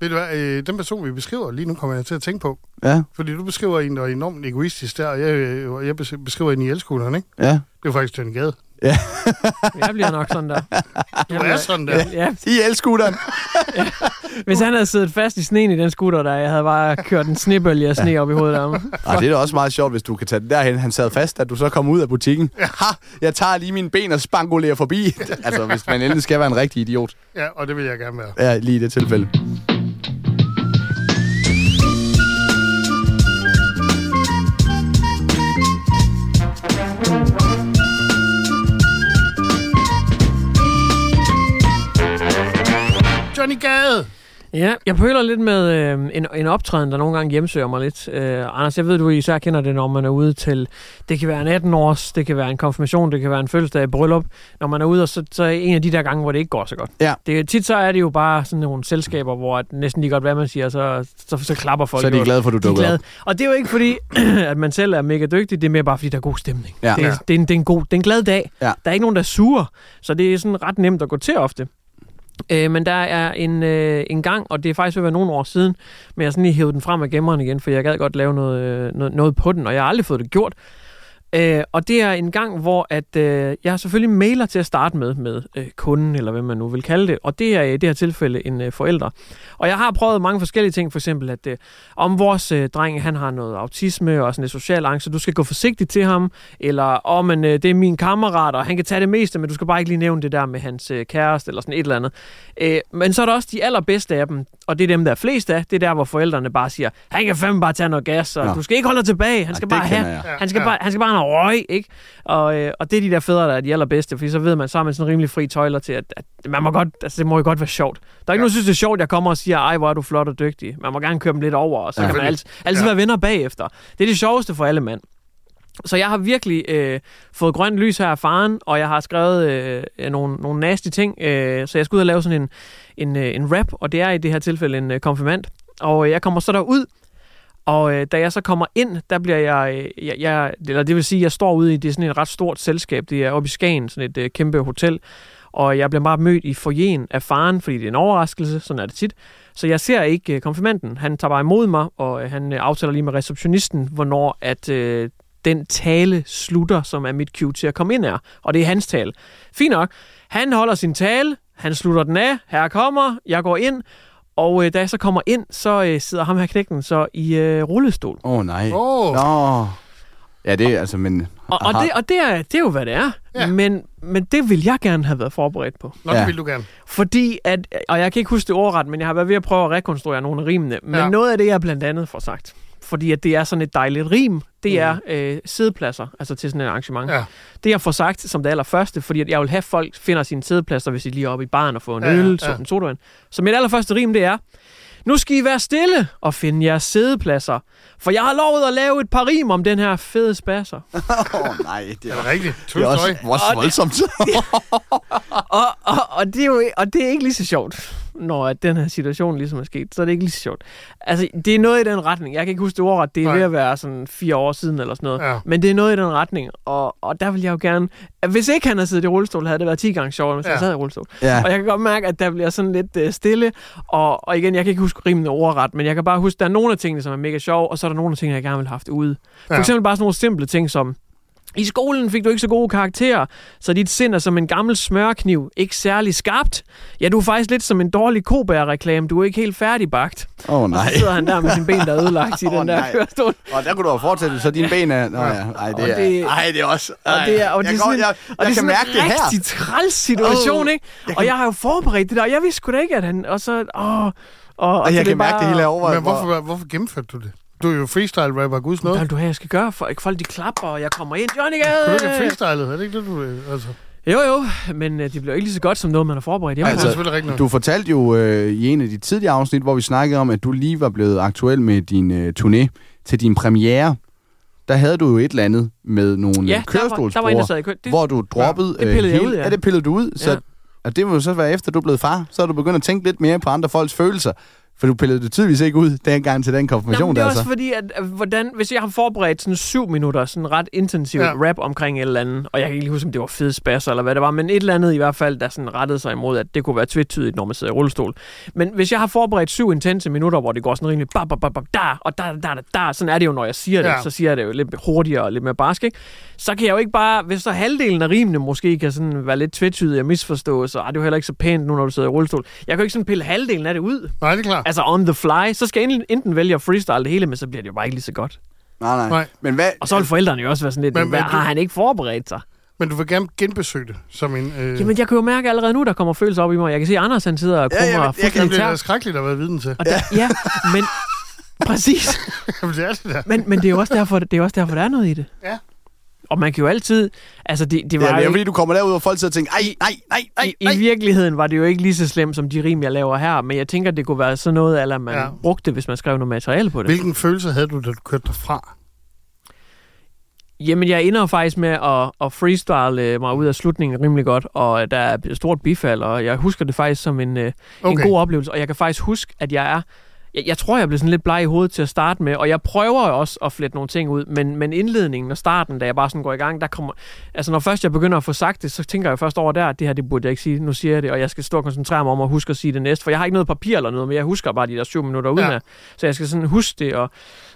S2: Ved du hvad, øh, den person, vi beskriver lige nu, kommer jeg til at tænke på.
S4: Ja,
S2: Fordi du beskriver en, der er enormt egoistisk der, og jeg, øh, og jeg bes- beskriver en i elskulderen, ikke?
S4: ja.
S2: Det er faktisk Tønne Gade.
S3: Jeg bliver nok sådan der.
S2: Du er sådan der.
S3: Ja,
S4: I elskutteren.
S3: hvis han havde siddet fast i sneen i den scooter, der jeg havde bare kørt en snebølge af sne op i hovedet af ham.
S4: Ej, det er da også meget sjovt, hvis du kan tage den derhen. Han sad fast, at du så kom ud af butikken. Ha, jeg tager lige mine ben og spangulerer forbi. altså, hvis man endelig skal være en rigtig idiot.
S2: Ja, og det vil jeg gerne være.
S4: Ja, lige i det tilfælde.
S2: Johnny Gade!
S3: Ja, jeg pøler lidt med øh, en, en optræden, der nogle gange hjemsøger mig lidt. Øh, Anders, jeg ved, du især kender det, når man er ude til... Det kan være en 18-års, det kan være en konfirmation, det kan være en fødselsdag, et bryllup. Når man er ude, og så, så er en af de der gange, hvor det ikke går så godt.
S4: Ja.
S3: Det, tit så er det jo bare sådan nogle selskaber, hvor at næsten lige godt, hvad man siger, så, så, så klapper folk.
S4: Så er de
S3: jo.
S4: glade for, at du
S3: De er
S4: dukker
S3: glade.
S4: op.
S3: Og det er jo ikke fordi, at man selv er mega dygtig, det er mere bare fordi, der er god stemning.
S4: Ja.
S3: Det, er,
S4: Ja.
S3: det, er en, det, er en god, det er en glad dag.
S4: Ja.
S3: Der er ikke nogen, der er sure, så det er sådan ret nemt at gå til ofte. Øh, men der er en, øh, en gang, og det er faktisk ved at være nogle år siden, men jeg sådan lige hævde den frem af gemmeren igen, for jeg gad godt lave noget, øh, noget, noget på den, og jeg har aldrig fået det gjort. Øh, og det er en gang, hvor at, øh, jeg selvfølgelig mailer til at starte med, med øh, kunden, eller hvad man nu vil kalde det, og det er i det her tilfælde en øh, forælder. Og jeg har prøvet mange forskellige ting, for eksempel at øh, om vores øh, dreng, han har noget autisme og sådan lidt social angst, så du skal gå forsigtigt til ham, eller om men øh, det er min kammerat, og han kan tage det meste, men du skal bare ikke lige nævne det der med hans øh, kæreste, eller sådan et eller andet. Øh, men så er der også de allerbedste af dem, og det er dem, der er flest af, det er der, hvor forældrene bare siger, han kan fandme bare tage noget gas, og
S5: Nå.
S3: Nå. du skal ikke holde dig tilbage, han skal
S5: det
S3: bare
S5: kender
S3: have,
S5: jeg.
S3: han skal bare, han skal bare have noget røg, ikke? Og, øh, og det er de der fædre, der er de allerbedste, fordi så ved man, så har man sådan rimelig fri tøjler til, at, at man må godt, altså, det må jo godt være sjovt. Der er ikke ja. nogen, der synes, det er sjovt, jeg kommer og siger, ej, hvor er du flot og dygtig. Man må gerne køre dem lidt over, og så
S5: Ja.
S3: ja. kan man altid, altid ja. være venner bagefter. Det er det sjoveste for alle mand. Så jeg har virkelig øh, fået grønt lys her af faren, og jeg har skrevet øh, nogle, nogle nasty ting. Øh, så jeg skal ud og lave sådan en, en, øh, en rap, og det er i det her tilfælde en øh, konfirmand. Og øh, jeg kommer så derud, og øh, da jeg så kommer ind, der bliver jeg, øh, jeg, jeg... Eller det vil sige, jeg står ude i... Det er sådan et ret stort selskab. Det er oppe i Skagen, sådan et øh, kæmpe hotel. Og jeg bliver bare mødt i forjen af faren, fordi det er en overraskelse. Sådan er det tit. Så jeg ser ikke øh, konfirmanden. Han tager bare imod mig, og øh, han øh, aftaler lige med receptionisten, hvornår at... Øh, den tale slutter, som er mit cue til at komme ind her. Og det er hans tale. Fint nok. Han holder sin tale. Han slutter den af. Her kommer. Jeg går ind. Og øh, da jeg så kommer ind, så øh, sidder ham her knægten så i øh, rullestol.
S4: Åh oh, nej.
S3: Åh.
S4: Nå. Ja, det er altså, men...
S3: Og, og,
S4: Aha.
S3: det, og det, er, det er jo, hvad det er. Ja. Men, men det vil jeg gerne have været forberedt på.
S4: Nå, det Ja. ville
S2: du gerne.
S3: Fordi at, og jeg kan ikke huske det ordret, men jeg har været ved at prøve at rekonstruere nogle af rimene. Men
S2: Ja.
S3: ja. noget af det, jeg blandt andet får sagt, fordi at det er sådan et dejligt rim, det er øh, sædepladser, altså til sådan et arrangement.
S2: Mhm. Ja.
S3: Det jeg får sagt som det allerførste, fordi at jeg vil have folk finder sine sædepladser, hvis de lige er oppe i baren og får en
S5: Ja,
S3: ja,
S5: ja,
S3: øl,
S5: ja.
S3: så en sodavand. Så mit allerførste rim, det er, nu skal I være stille og finde jeres sædepladser, for jeg har lovet at lave et par rim om den her fede spasser.
S4: Åh, nej. Det er,
S2: er rigtigt.
S4: Det er også,
S3: True story.
S4: også
S3: Og det-
S4: voldsomt.
S3: og, og, og, det er jo, og det er ikke lige så sjovt, når at den her situation ligesom er sket. Så er det ikke lige så sjovt. Altså, det er noget i den retning. Jeg kan ikke huske det ordret. Det er
S5: Nej.
S3: Nej. ved at være sådan fire år siden eller sådan noget.
S5: Ja.
S3: Ja. Men det er noget i den retning. Og, og der vil jeg jo gerne... Hvis ikke han havde siddet i rullestol, havde det været 10 gange sjovere, hvis ja.
S5: Ja.
S3: han sad i rullestol.
S5: Ja.
S3: Ja. Og jeg kan godt mærke, at der bliver sådan lidt øh, stille. Og, og igen, jeg kan ikke huske rimende ordret, men jeg kan bare huske, at der er nogle af tingene, som er mega sjove, og så er der nogle af tingene, jeg gerne vil have haft ude. For
S5: Ja.
S3: eksempel bare sådan nogle simple ting som, i skolen fik du ikke så gode karakterer, så dit sind er som en gammel smørkniv, ikke særlig skarpt. Ja, du er faktisk lidt som en dårlig kobær-reklame, du er ikke helt færdigbagt.
S4: Åh,
S3: Og
S4: nej.
S3: så sidder han der med sine ben, der er ødelagt i den der
S4: nej.
S3: kørestol.
S4: Og der kunne du have fortsat, så dine ben er... Nå, ja. Ej,
S3: Og
S4: det
S3: det-
S4: er, ej, det er også...
S3: Og
S4: Ej,
S3: det er, og
S4: jeg
S3: det er
S4: går-
S3: sådan,
S4: jeg, jeg,
S3: og det er
S4: kan
S3: sådan
S4: mærke det
S3: en
S4: her.
S3: rigtig træls situation,
S4: Åh,
S3: ikke? Og jeg har jo forberedt det der, og jeg vidste sgu da ikke, at han... Og så... Åh, og, og så er bare-
S2: Men hvorfor, hvorfor gennemførte du det? Du er jo freestyle-rapper, guds
S3: Hvad
S2: noget.
S3: vil du have, jeg skal gøre? For ikke folk de klapper, og jeg kommer ind. Johnny Gade!
S2: Kunne du ikke have freestylet? Er det ikke det, du... øh, Altså?
S3: Jo, jo, men øh, det bliver jo ikke lige så godt som noget, man har forberedt hjemme.
S4: Altså, du fortalte jo øh, i en af de tidligere afsnit, hvor vi snakkede om, at du lige var blevet aktuel med din øh, turné til din premiere. Der havde du jo et eller andet med nogle
S3: Ja,
S4: ja,
S3: der var- der var en, der sad i kø- det-
S4: hvor du droppede...
S3: Ja, det pillede
S4: øh,
S3: jeg
S4: hele-
S3: ud, ja.
S4: ja. det pillede du ud. Så,
S3: Ja.
S4: Og det må jo så være efter, du er blevet far. Så er du begyndt at tænke lidt mere på andre folks følelser. For du pillede det tydeligvis ikke ud dengang til den konfirmation,
S3: Jamen, det er
S4: der
S3: også
S4: så.
S3: fordi, at, at hvordan, hvis jeg har forberedt sådan syv minutter, sådan ret intensivt
S4: Ja.
S3: ja. rap omkring et eller andet, og jeg kan ikke lige huske, om det var fed spasser eller hvad det var, men et eller andet i hvert fald, der sådan rettede sig imod, at det kunne være tvetydigt, når man sidder i rullestol. Men hvis jeg har forberedt syv intense minutter, hvor det går sådan rimelig bab, bab, bab, bab, da, og da, da, da, da, sådan er det jo, når jeg siger det,
S5: Ja.
S3: ja. så siger jeg det jo lidt hurtigere og lidt mere barsk, ikke? Så kan jeg jo ikke bare, hvis så halvdelen af rimene måske kan sådan være lidt tvetydige og misforstås, og "Ah, det er jo heller ikke så pænt nu, når du sidder i rullestol. Jeg kan jo ikke sådan pille halvdelen af det ud.
S2: Nej, det er klart.
S3: Altså on the fly. Så skal jeg enten- enten vælge at freestyle det hele, men så bliver det jo bare ikke lige så godt.
S4: Nej, nej.
S2: Nej.
S4: Men hvad...
S3: Og så vil forældrene jo også være sådan lidt,
S2: Men-
S3: men, hvad,
S2: men du-
S3: har han ikke forberedt sig?
S2: Men du vil gerne genbesøge det som en... Øh...
S3: Jamen, jeg kan jo mærke allerede nu, der kommer følelser op i mig. Jeg kan se, at Anders han sidder og
S2: Ja, ja,
S3: krummer
S2: men jeg kan
S3: fuldstændig
S2: blive da
S3: tært.
S2: skrækkeligt at være viden til.
S3: Og der, ja, men præcis.
S2: Jamen, det er det der.
S3: Men, men det er jo også derfor, det er jo også derfor, der er noget i det.
S2: Ja.
S3: Og man kan jo altid... Altså, det, det var
S4: Ja, men
S3: jo
S4: jeg
S3: ikke-
S4: ved, du kommer derud, og folk sidder og tænker, ej, nej, nej, nej,
S3: I, I virkeligheden var det jo ikke lige så slemt som de rim, jeg laver her, men jeg tænker, det kunne være sådan noget, eller man
S2: Ja.
S3: ja. brugte det, hvis man skrev noget materiale på det.
S2: Hvilken følelse havde du, da du kørte derfra?
S3: Jamen, jeg ender jo faktisk med at, at freestyle øh, mig ud af slutningen rimelig godt, og der er et stort bifald, og jeg husker det faktisk som en, øh, okay. en
S5: Okay.
S3: god oplevelse, og jeg kan faktisk huske, at jeg er jeg, jeg tror, jeg blev sådan lidt bleg i hovedet til at starte med, og jeg prøver også at flette nogle ting ud, men, men indledningen og starten, da jeg bare sådan går i gang, der kommer... Altså, når først jeg begynder at få sagt det, så tænker jeg først over der, at det her, det burde jeg ikke sige, nu siger jeg det, og jeg skal stå og koncentrere mig om at huske at sige det næste, for jeg har ikke noget papir eller noget, men jeg husker bare de der syv minutter uden ja. så jeg skal sådan huske det, og,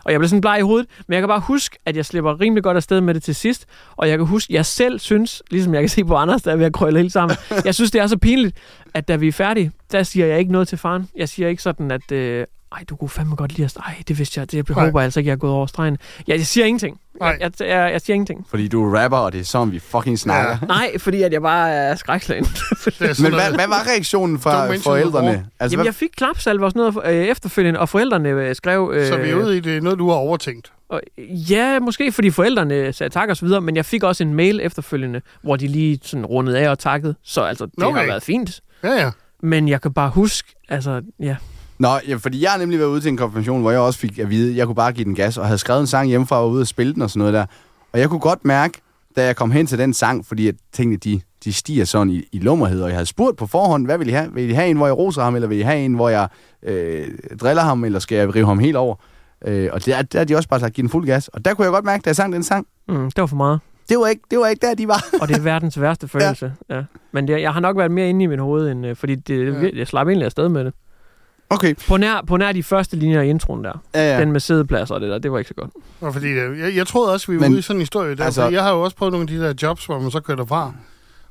S3: og jeg bliver sådan bleg i hovedet, men jeg kan bare huske, at jeg slipper rimelig godt afsted med det til sidst, og jeg kan huske, at jeg selv synes, ligesom jeg kan se på Anders, der er ved at krølle helt sammen, jeg synes, det er så pinligt, at da vi er færdige, der siger jeg ikke noget til faren. Jeg siger ikke sådan, at øh, ej, du kunne fandme godt lide at... Ej, det vidste jeg. Det håber jeg altså ikke, jeg er gået over stregen. Jeg, jeg siger ingenting. Jeg, jeg, jeg, jeg siger ingenting.
S4: Fordi du er rapper, og det er sådan, vi fucking snakker. Ja.
S3: Nej, fordi at jeg bare er skrækslagen.
S2: Altså,
S4: Men hvad, hvad var reaktionen fra forældrene?
S3: Altså, Jamen, hvad... jeg fik klapsalver og sådan noget øh, efterfølgende, og forældrene øh, skrev... Øh,
S2: så vi er ude i det, noget, du har overtænkt.
S3: Og, ja, måske fordi forældrene sagde tak og så videre, men jeg fik også en mail efterfølgende, hvor de lige sådan rundede af og takkede. Så altså, det okay. har været fint.
S2: Ja, ja.
S3: Men jeg kan bare huske, altså, ja.
S4: Nå, ja, fordi jeg har nemlig været ude til en konfirmation, hvor jeg også fik at vide, at jeg kunne bare give den gas, og havde skrevet en sang hjemmefra og var ude og spille den og sådan noget der. Og jeg kunne godt mærke, da jeg kom hen til den sang, fordi jeg tænkte, de, de stiger sådan i, i lummerhed, og jeg havde spurgt på forhånd, hvad vil I have? Vil I have en, hvor jeg roser ham, eller vil I have en, hvor jeg øh, driller ham, eller skal jeg rive ham helt over? Øh, og der, der har de også bare sagt, give den fuld gas. Og der kunne jeg godt mærke, da jeg sang den sang.
S3: Mm, det var for meget.
S4: Det var, ikke, det var ikke der, de var.
S3: og det er verdens værste følelse. Ja. Ja. Men det, jeg har nok været mere inde i mit hoved, end, øh, fordi det, ja. jeg slap egentlig afsted med det.
S4: Okay.
S3: På nær, på nær de første linjer i introen der. Ja, ja. Den med sædepladser og det der, det var ikke så godt.
S2: Og fordi, øh, jeg, jeg troede også, vi var Men, ude i sådan en historie der. Altså, jeg har jo også prøvet nogle af de der jobs, hvor man så kører derfra.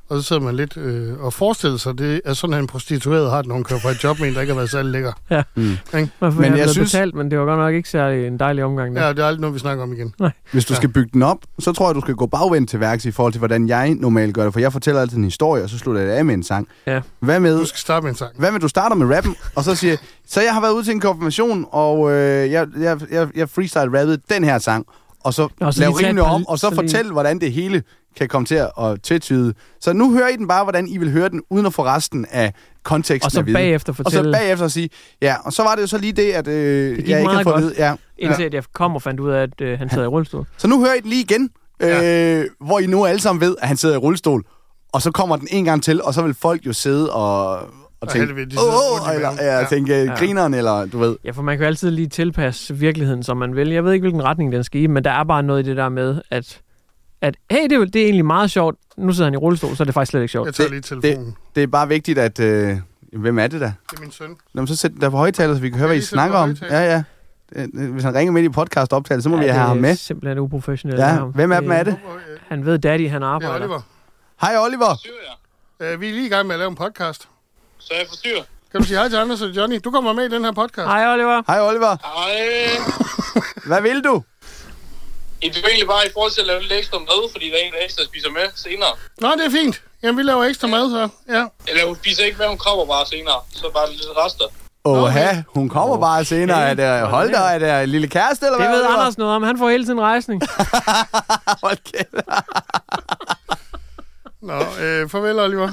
S2: Og så sidder man lidt øh, og forestiller sig, det er sådan, at en prostitueret har, når hun kører fra et job med en, der ikke har været særlig lækker.
S3: Ja. Mm. Okay? Men jeg, jeg synes... betalt, men det var godt nok ikke særlig en dejlig omgang.
S2: Der. Ja, det er aldrig noget, vi snakker om igen.
S3: Nej.
S4: Hvis du ja. skal bygge den op, så tror jeg, du skal gå bagvendt til værks i forhold til, hvordan jeg normalt gør det. For jeg fortæller altid en historie, og så slutter jeg det af med en sang.
S3: Ja.
S4: Hvad med,
S2: du skal starte med en sang.
S4: Hvad med, du starter med rappen, og så siger så jeg har været ude til en konfirmation, og øh, jeg, jeg, jeg, jeg freestyle rappede den her sang og så, Nå, så lave rimelig om, og så, så fortælle, lige... hvordan det hele kan komme til at tiltyde. Så nu hører I den bare, hvordan I vil høre den, uden at få resten af konteksten
S3: Og så
S4: at
S3: bagefter fortælle.
S4: Og så bagefter sige, ja, og så var det jo så lige det, at øh, det jeg ikke havde fået
S3: godt,
S4: Ja.
S3: Indtil at jeg kom og fandt ud af, at øh, han sad i rullestol.
S4: Så nu hører I den lige igen, øh, ja. hvor I nu alle sammen ved, at han sidder i rullestol. Og så kommer den en gang til, og så vil folk jo sidde og, og tænke, åh, oh, oh, eller ja, ja. tænke ja. grineren, eller du ved.
S3: Ja, for man kan jo altid lige tilpasse virkeligheden, som man vil. Jeg ved ikke, hvilken retning den skal i, men der er bare noget i det der med, at, at hey, det, er, det er egentlig meget sjovt. Nu sidder han i rullestol, så er det faktisk slet ikke sjovt.
S2: Jeg tager lige telefonen.
S4: Det, det er bare vigtigt, at... Øh, hvem er det
S2: da? Det er min søn.
S4: Nå, så sæt den der på højtaler, så vi kan høre, hvad I snakker om. Ja, ja. Øh, Hvis han ringer midt i podcast optagelse, så må ja, vi have ham med. det er
S3: simpelthen uprofessionelt.
S4: Ja, hvem af dem er det?
S3: Han ved, daddy, han arbejder.
S2: Det er Oliver.
S4: Hej, Oliver.
S2: Uh, vi er lige i gang med at lave en podcast.
S6: Så jeg forstyrrer.
S2: Kan du sige hej til Anders og Johnny? Du kommer med i den her podcast.
S3: Hej Oliver.
S4: Hej Oliver.
S6: Hej.
S4: Hvad vil du?
S6: I vil egentlig bare i forhold til at lave lidt ekstra mad, fordi der er en ekstra, der spiser med senere.
S2: Nå, det er fint. Jamen, vi laver ekstra mad, så. Ja.
S6: Eller hun spiser ikke med, hun kommer bare senere. Så bare lidt rester.
S4: Åh, okay. hun kommer bare senere. Er det, hold da, er det lille kæreste, eller
S3: det
S4: hvad?
S3: Det ved Anders noget om. Han får hele tiden rejsning.
S4: hold kæft.
S2: Nå, øh, farvel, Oliver.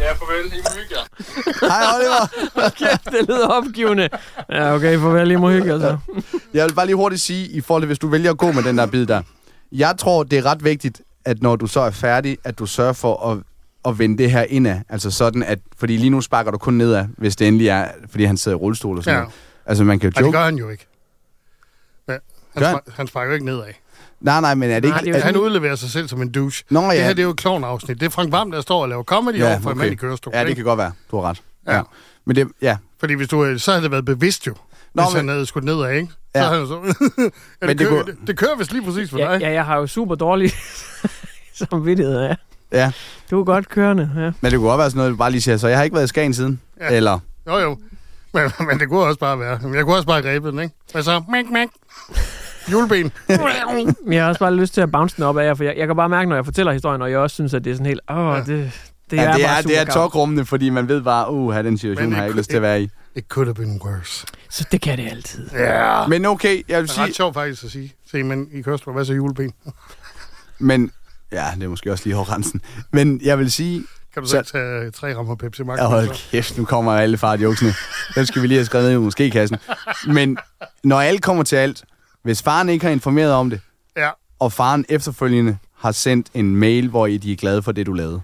S6: Ja, farvel. I må hygge jer.
S4: Hej, Oliver.
S3: Kæft, det lyder opgivende. Ja, okay, farvel. I må hygge jer så.
S4: Jeg vil bare lige hurtigt sige, i forhold til, hvis du vælger at gå med den der bid der. Jeg tror, det er ret vigtigt, at når du så er færdig, at du sørger for at at vende det her indad. Altså sådan, at... Fordi lige nu sparker du kun nedad, hvis det endelig er, fordi han sidder i rullestol og sådan ja. noget. Altså, man kan jo joke. Ja,
S2: det gør han jo ikke. Men han, spar- han sparker jo ikke nedad.
S4: Nej, nej, men er det ikke... Nej, det er,
S2: han udleverer sig selv som en douche.
S4: Nå, ja.
S2: Det her det er jo et afsnit Det er Frank Vam, der står og laver comedy ja, over for okay. en mand i kørestol.
S4: Ja, det ikke? kan godt være. Du har ret. Ja. ja. Men det, ja.
S2: Fordi hvis du, øh, så havde det været bevidst jo, Nå, hvis men... han havde skudt nedad, ikke? Så ja. havde han så... ja, men det, kører, det, kunne... det, det kører vist lige præcis for
S3: ja,
S2: dig.
S3: Ja, jeg har jo super dårlig samvittighed, ja.
S4: Ja.
S3: Du er godt kørende, ja.
S4: Men det kunne godt være sådan noget, du bare lige siger, så jeg har ikke været i Skagen siden, ja. eller...
S2: Jo, jo. Men, men det kunne også bare være. Jeg kunne også bare gribe den, ikke? Hvad så? Mæk, mæk. Juleben.
S3: jeg har også bare lyst til at bounce den op af jer, for jeg, jeg kan bare mærke, når jeg fortæller historien, og jeg også synes, at det er sådan helt, åh, oh, ja. det, det, ja, er
S4: det
S3: er,
S4: det er tokrummende, fordi man ved bare, uh, den situation har jeg ikke lyst til at være i.
S2: It could have been worse.
S3: Så det kan det altid.
S2: Ja. Yeah.
S4: Men okay, jeg vil sige...
S2: Det er ret sjovt faktisk at sige. Se, men i Kørestrup, hvad så juleben?
S4: men, ja, det er måske også lige hårrensen. Men jeg vil sige,
S2: kan du så, så tage øh, tre rammer Pepsi Max? Altså?
S4: Ja, hold kæft, nu kommer alle fartjokesene. Dem skal vi lige have skrevet ned i måske-kassen. Men når alt kommer til alt, hvis faren ikke har informeret om det,
S2: ja.
S4: og faren efterfølgende har sendt en mail, hvor I de er glade for det, du lavede,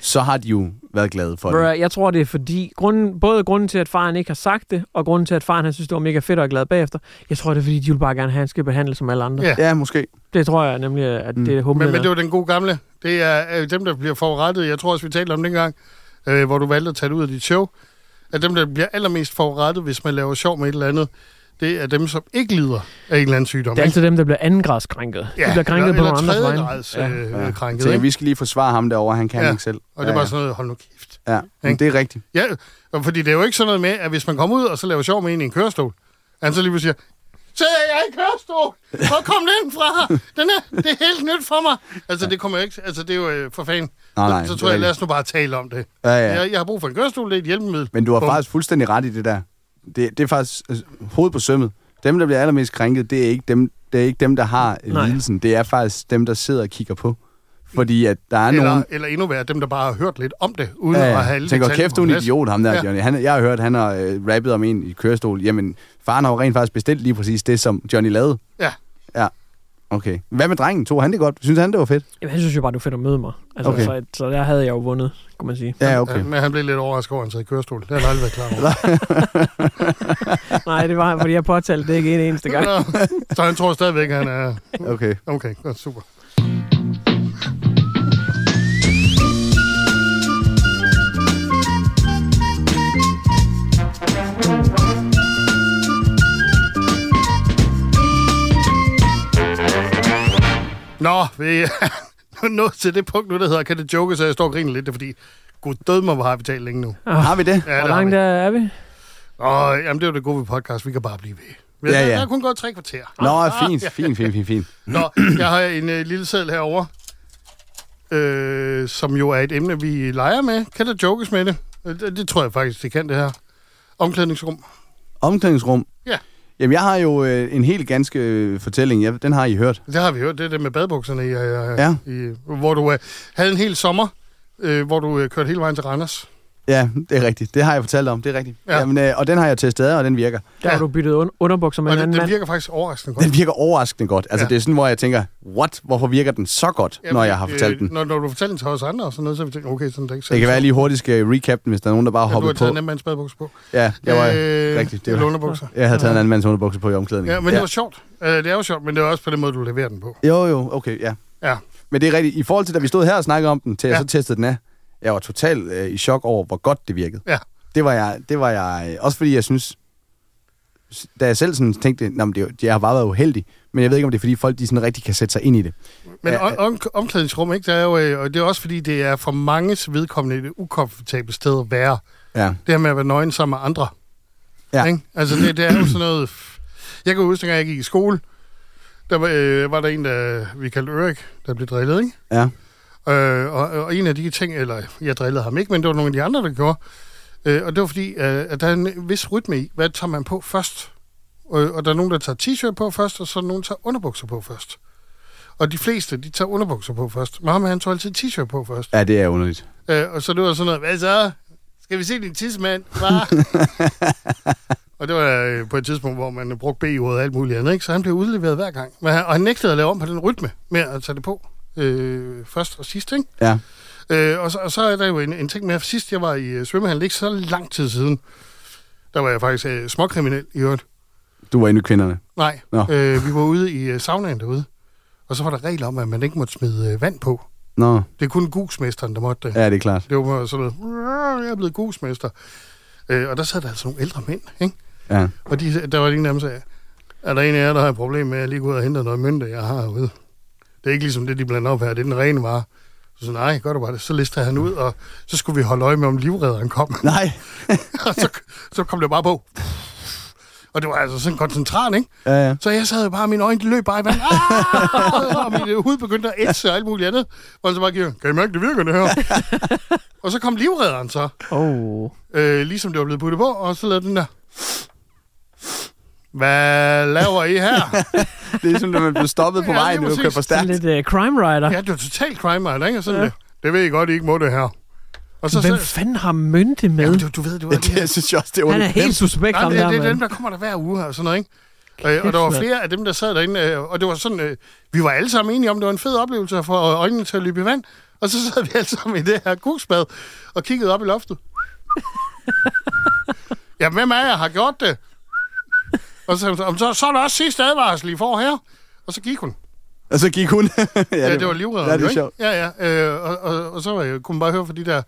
S4: så har de jo været glade for det.
S3: Bruh, jeg tror, det er fordi, grunden, både grunden til, at faren ikke har sagt det, og grunden til, at faren han synes, det var mega fedt og er glad bagefter, jeg tror, det er fordi, de vil bare gerne have, at han skal behandles som alle andre.
S2: Ja. Ja, måske.
S3: Det tror jeg nemlig, at det er
S2: Men,
S3: humlen.
S2: men det var den gode gamle. Det er øh, dem, der bliver forurettet. Jeg tror også, vi talte om det engang, øh, hvor du valgte at tage det ud af dit show. At dem, der bliver allermest forurettet, hvis man laver sjov med et eller andet, det er dem, som ikke lider af en eller anden sygdom.
S3: det er altid dem, der bliver andengradskrænket.
S2: Ja,
S3: Ja, de bliver krænket
S2: eller-
S3: på nogle
S2: eller
S3: andres vegne.
S2: tredjegrads, øh,
S3: Ja.
S2: øh, krænket,
S4: Så
S2: ikke?
S4: vi skal lige forsvare ham derovre, han kan
S2: Ja,
S4: ikke selv.
S2: og det er bare sådan noget, hold nu kæft.
S4: Ja, men det er rigtigt.
S2: Ja, og fordi det er jo ikke sådan noget med, at hvis man kommer ud og så laver sjov med en i en kørestol, han så lige pludselig siger, sidder jeg i kørestol? Hvor kom den fra? Den er, det er helt nyt for mig. Altså, det kommer jo ikke. Altså, det er jo øh, for fanden.
S4: Nej, nej,
S2: så, så
S4: det
S2: tror
S4: er
S2: jeg, lad os
S4: rigtigt.
S2: nu bare tale om det.
S4: Ja, ja.
S2: Jeg, jeg har brug for en kørestol, det er et hjælpemiddel.
S4: Men du har
S2: Bum.
S4: faktisk fuldstændig ret i det der. Det, det er faktisk altså, hovedet på sømmet. Dem, der bliver allermest krænket, det er ikke dem, det er ikke dem der har Nej.
S2: Nej.
S4: lidelsen. Det er faktisk dem, der sidder og kigger på. Fordi at der er
S2: eller,
S4: nogen...
S2: eller endnu værre, dem, der bare har hørt lidt om det, uden ja, at have alle
S4: tænker,
S2: detaljer
S4: kæft,
S2: på
S4: du er en
S2: plads."
S4: idiot, ham der, ja. Johnny. Han, jeg har hørt, han har øh, rappet om en i kørestol. Jamen, faren har jo rent faktisk bestilt lige præcis det, som Johnny lavede.
S2: Ja.
S4: Ja, okay. Hvad med drengen? Tog han det godt? Synes han, det var fedt?
S3: Jamen, han synes jo bare, det var fedt at møde mig. Altså,
S4: Okay.
S3: okay. så, så der havde jeg jo vundet, kunne man sige.
S4: Ja, okay.
S2: Ja, men han blev lidt overrasket over, at han sad i kørestol. Det har han aldrig været klar over.
S3: Nej, det var fordi jeg påtalte det ikke en eneste gang.
S2: Nå, så han tror stadigvæk, at han er...
S4: Okay.
S2: Okay, godt, super. Nå, vi er nået til det punkt nu, der hedder, kan det joke, så jeg står og griner lidt, det er fordi, gud død mig, hvor har vi talt længe nu.
S4: Har vi det?
S2: Ja,
S3: Hvor
S2: det har vi.
S3: langt er, er vi?
S2: Og jamen, det er jo det gode ved podcast, vi kan bare blive ved.
S4: Ja,
S2: Ja, ja.
S4: ja.
S2: Der er kun gået tre kvarter.
S4: Nå,
S2: Ah,
S4: fint,
S2: ja.
S4: fint, fint, fint, fint.
S2: Nå, jeg har en øh, lille seddel herovre, øh, som jo er et emne, vi leger med. Kan der jokes med det? Øh, Det, det tror jeg faktisk, det kan, det her. Omklædningsrum.
S4: Omklædningsrum.
S2: Ja.
S4: Jamen, jeg har jo øh, en helt ganske øh, fortælling. Jeg, den har I hørt.
S2: Det har vi hørt, det er det med badbukserne, i, øh,
S4: Ja.
S2: i, hvor du øh, havde en hel sommer, øh, hvor du øh, kørte hele vejen til Randers.
S4: Ja, det er rigtigt. Det har jeg fortalt om. Det er rigtigt. Ja.
S2: Ja.
S4: Jamen, øh, og den har jeg testet af, og den virker.
S3: Der har du byttet un- underbukser med
S2: Og
S3: en
S2: det,
S3: anden
S2: det
S3: mand.
S2: virker faktisk overraskende godt.
S4: Den virker overraskende godt. Altså,
S2: Ja.
S4: ja. det er sådan, hvor jeg tænker, what? Hvorfor virker den så godt, Jamen, når jeg har fortalt øh, den?
S2: Når, når du fortæller den til os andre og sådan noget, så har vi tænkt, okay, sådan er det ikke
S4: Det kan være, jeg lige hurtigt skal recap den, hvis der er nogen, der bare
S2: ja, du
S4: hopper
S2: har
S4: på.
S2: taget en badbukser på.
S4: Ja, jeg var
S2: Øh,
S4: rigtigt.
S2: eller underbukser.
S4: Jeg havde taget en anden mands underbukser på i omklædningen.
S2: Ja, men det var sjovt. Øh, det er jo sjovt, men det er også på den måde, du leverer den på.
S4: Jo, jo, okay, ja.
S2: Ja.
S4: Men det er rigtigt. I forhold til, da vi stod her og snakkede om den, til ja. jeg så testede den af, jeg var totalt øh, i chok over, hvor godt det virkede.
S2: Ja.
S4: Det var jeg, det var jeg øh, også fordi jeg synes, s- da jeg selv sådan tænkte, Nå, men det, er jo- jeg har bare været uheldig, men jeg ved ikke, om det er, fordi folk de sådan rigtig kan sætte sig ind i det.
S2: Men
S4: Ja,
S2: om, om, omklædningsrum, ikke? Der er jo, øh, og det er også fordi, det er for manges vedkommende et ukomfortabelt sted at være.
S4: Ja.
S2: Det her med at være nøgen sammen med andre.
S4: Ja.
S2: Ikke? Altså, det, det er jo sådan noget... Jeg kan huske, dengang jeg gik i skole, der var, øh, var der en, der, vi kaldte Erik, der blev drillet, ikke?
S4: Ja.
S2: Øh, og, og en af de ting, eller jeg drillede ham ikke, men det var nogle af de andre, der gjorde. Øh, og det var fordi, øh, at der er en vis rytme i, hvad tager man på først? Øh, og der er nogen, der tager t-shirt på først, og så er der nogen, der tager underbukser på først. Og de fleste, de tager underbukser på først. Men ham, han tog altid t-shirt på først.
S4: Ja, det er underligt.
S2: Øh, og så det var sådan noget, hvad så? Skal vi se din tidsmand, far? og det var øh, på et tidspunkt, hvor man brugte B-ordet og alt muligt andet, ikke? så han blev udleveret hver gang. Men han, og han nægtede at lave om på den rytme med at tage det på øh, først og sidst. Ikke?
S4: Ja.
S2: Øh, og, så, og så er der jo en, en ting med, at sidst jeg var i øh, svømmehallen, ikke så lang tid siden, der var jeg faktisk øh, småkriminel i øvrigt.
S4: Du var inde i kvinderne.
S2: Nej,
S4: Nå.
S2: øh, vi var ude i øh, saunaen derude, og så var der regler om, at man ikke måtte smide øh, vand på.
S4: Nå,
S2: Det er kun gusmesteren, der måtte øh, det.
S4: ja, det er klart.
S2: Det var sådan noget, jeg er blevet gusmester. Øh, og der sad der altså nogle ældre mænd, ikke?
S4: Ja.
S2: Og de, der var ingen af dem, der sagde, er der en af jer, der har et problem med, at jeg lige går ud og henter noget mønter, jeg har herude? Det er ikke ligesom det, de blander op her. Det er den rene vare. Så sagde, nej, gør du bare det. Så listede han ud, og så skulle vi holde øje med, om livredderen kom.
S4: Nej.
S2: og så, så kom det bare på. Og det var altså sådan koncentrat, ikke?
S4: Ja, ja.
S2: Så jeg sad jo bare, og mine øjne de løb bare i vand. Ah! og min hud begyndte at ætse og alt muligt andet. Og så bare giver, kan I mærke, det virker det her? og så kom livredderen så,
S3: Oh.
S2: øh, ligesom det var blevet puttet på, og så lavede den der. Hvad laver I her?
S4: Det er ligesom, når man bliver stoppet på
S2: Ja,
S4: vejen,
S2: lige
S4: når du kører
S2: præcis.
S4: for stærkt.
S3: Lidt uh, crime rider.
S2: ja, det var totalt crime art, ikke? Og sådan ja. det. Det ved I godt, I ikke må det her. Og så,
S3: Hvem
S2: så,
S3: fanden har mynte med?
S2: jamen, du, du ved, det var
S4: Ja, det jeg synes jeg også, det var
S3: Han er helt suspekt,
S2: Nej,
S3: ham
S2: det,
S3: der,
S2: det er dem,
S3: mand.
S2: der kommer der hver uge her og sådan noget, ikke? Øh, og der var
S3: mand.
S2: flere af dem, der sad derinde, øh, og det var sådan, øh, vi var alle sammen enige om, det var en fed oplevelse at få øjnene til at løbe i vand. Og så sad vi alle sammen i det her grusbad og kiggede op i loftet. ja, hvem er jeg, har gjort det? Og så, "Om så, så er der også sidste advarsel, I får her. Og så gik hun.
S4: Og så gik hun. ja,
S2: Ja, det, det var livredderen,
S4: Ja, det
S2: jo,
S4: er
S2: ikke?
S4: sjovt.
S2: Ja, ja. Øh, og, og, og, så var jeg, kunne man bare høre fra de der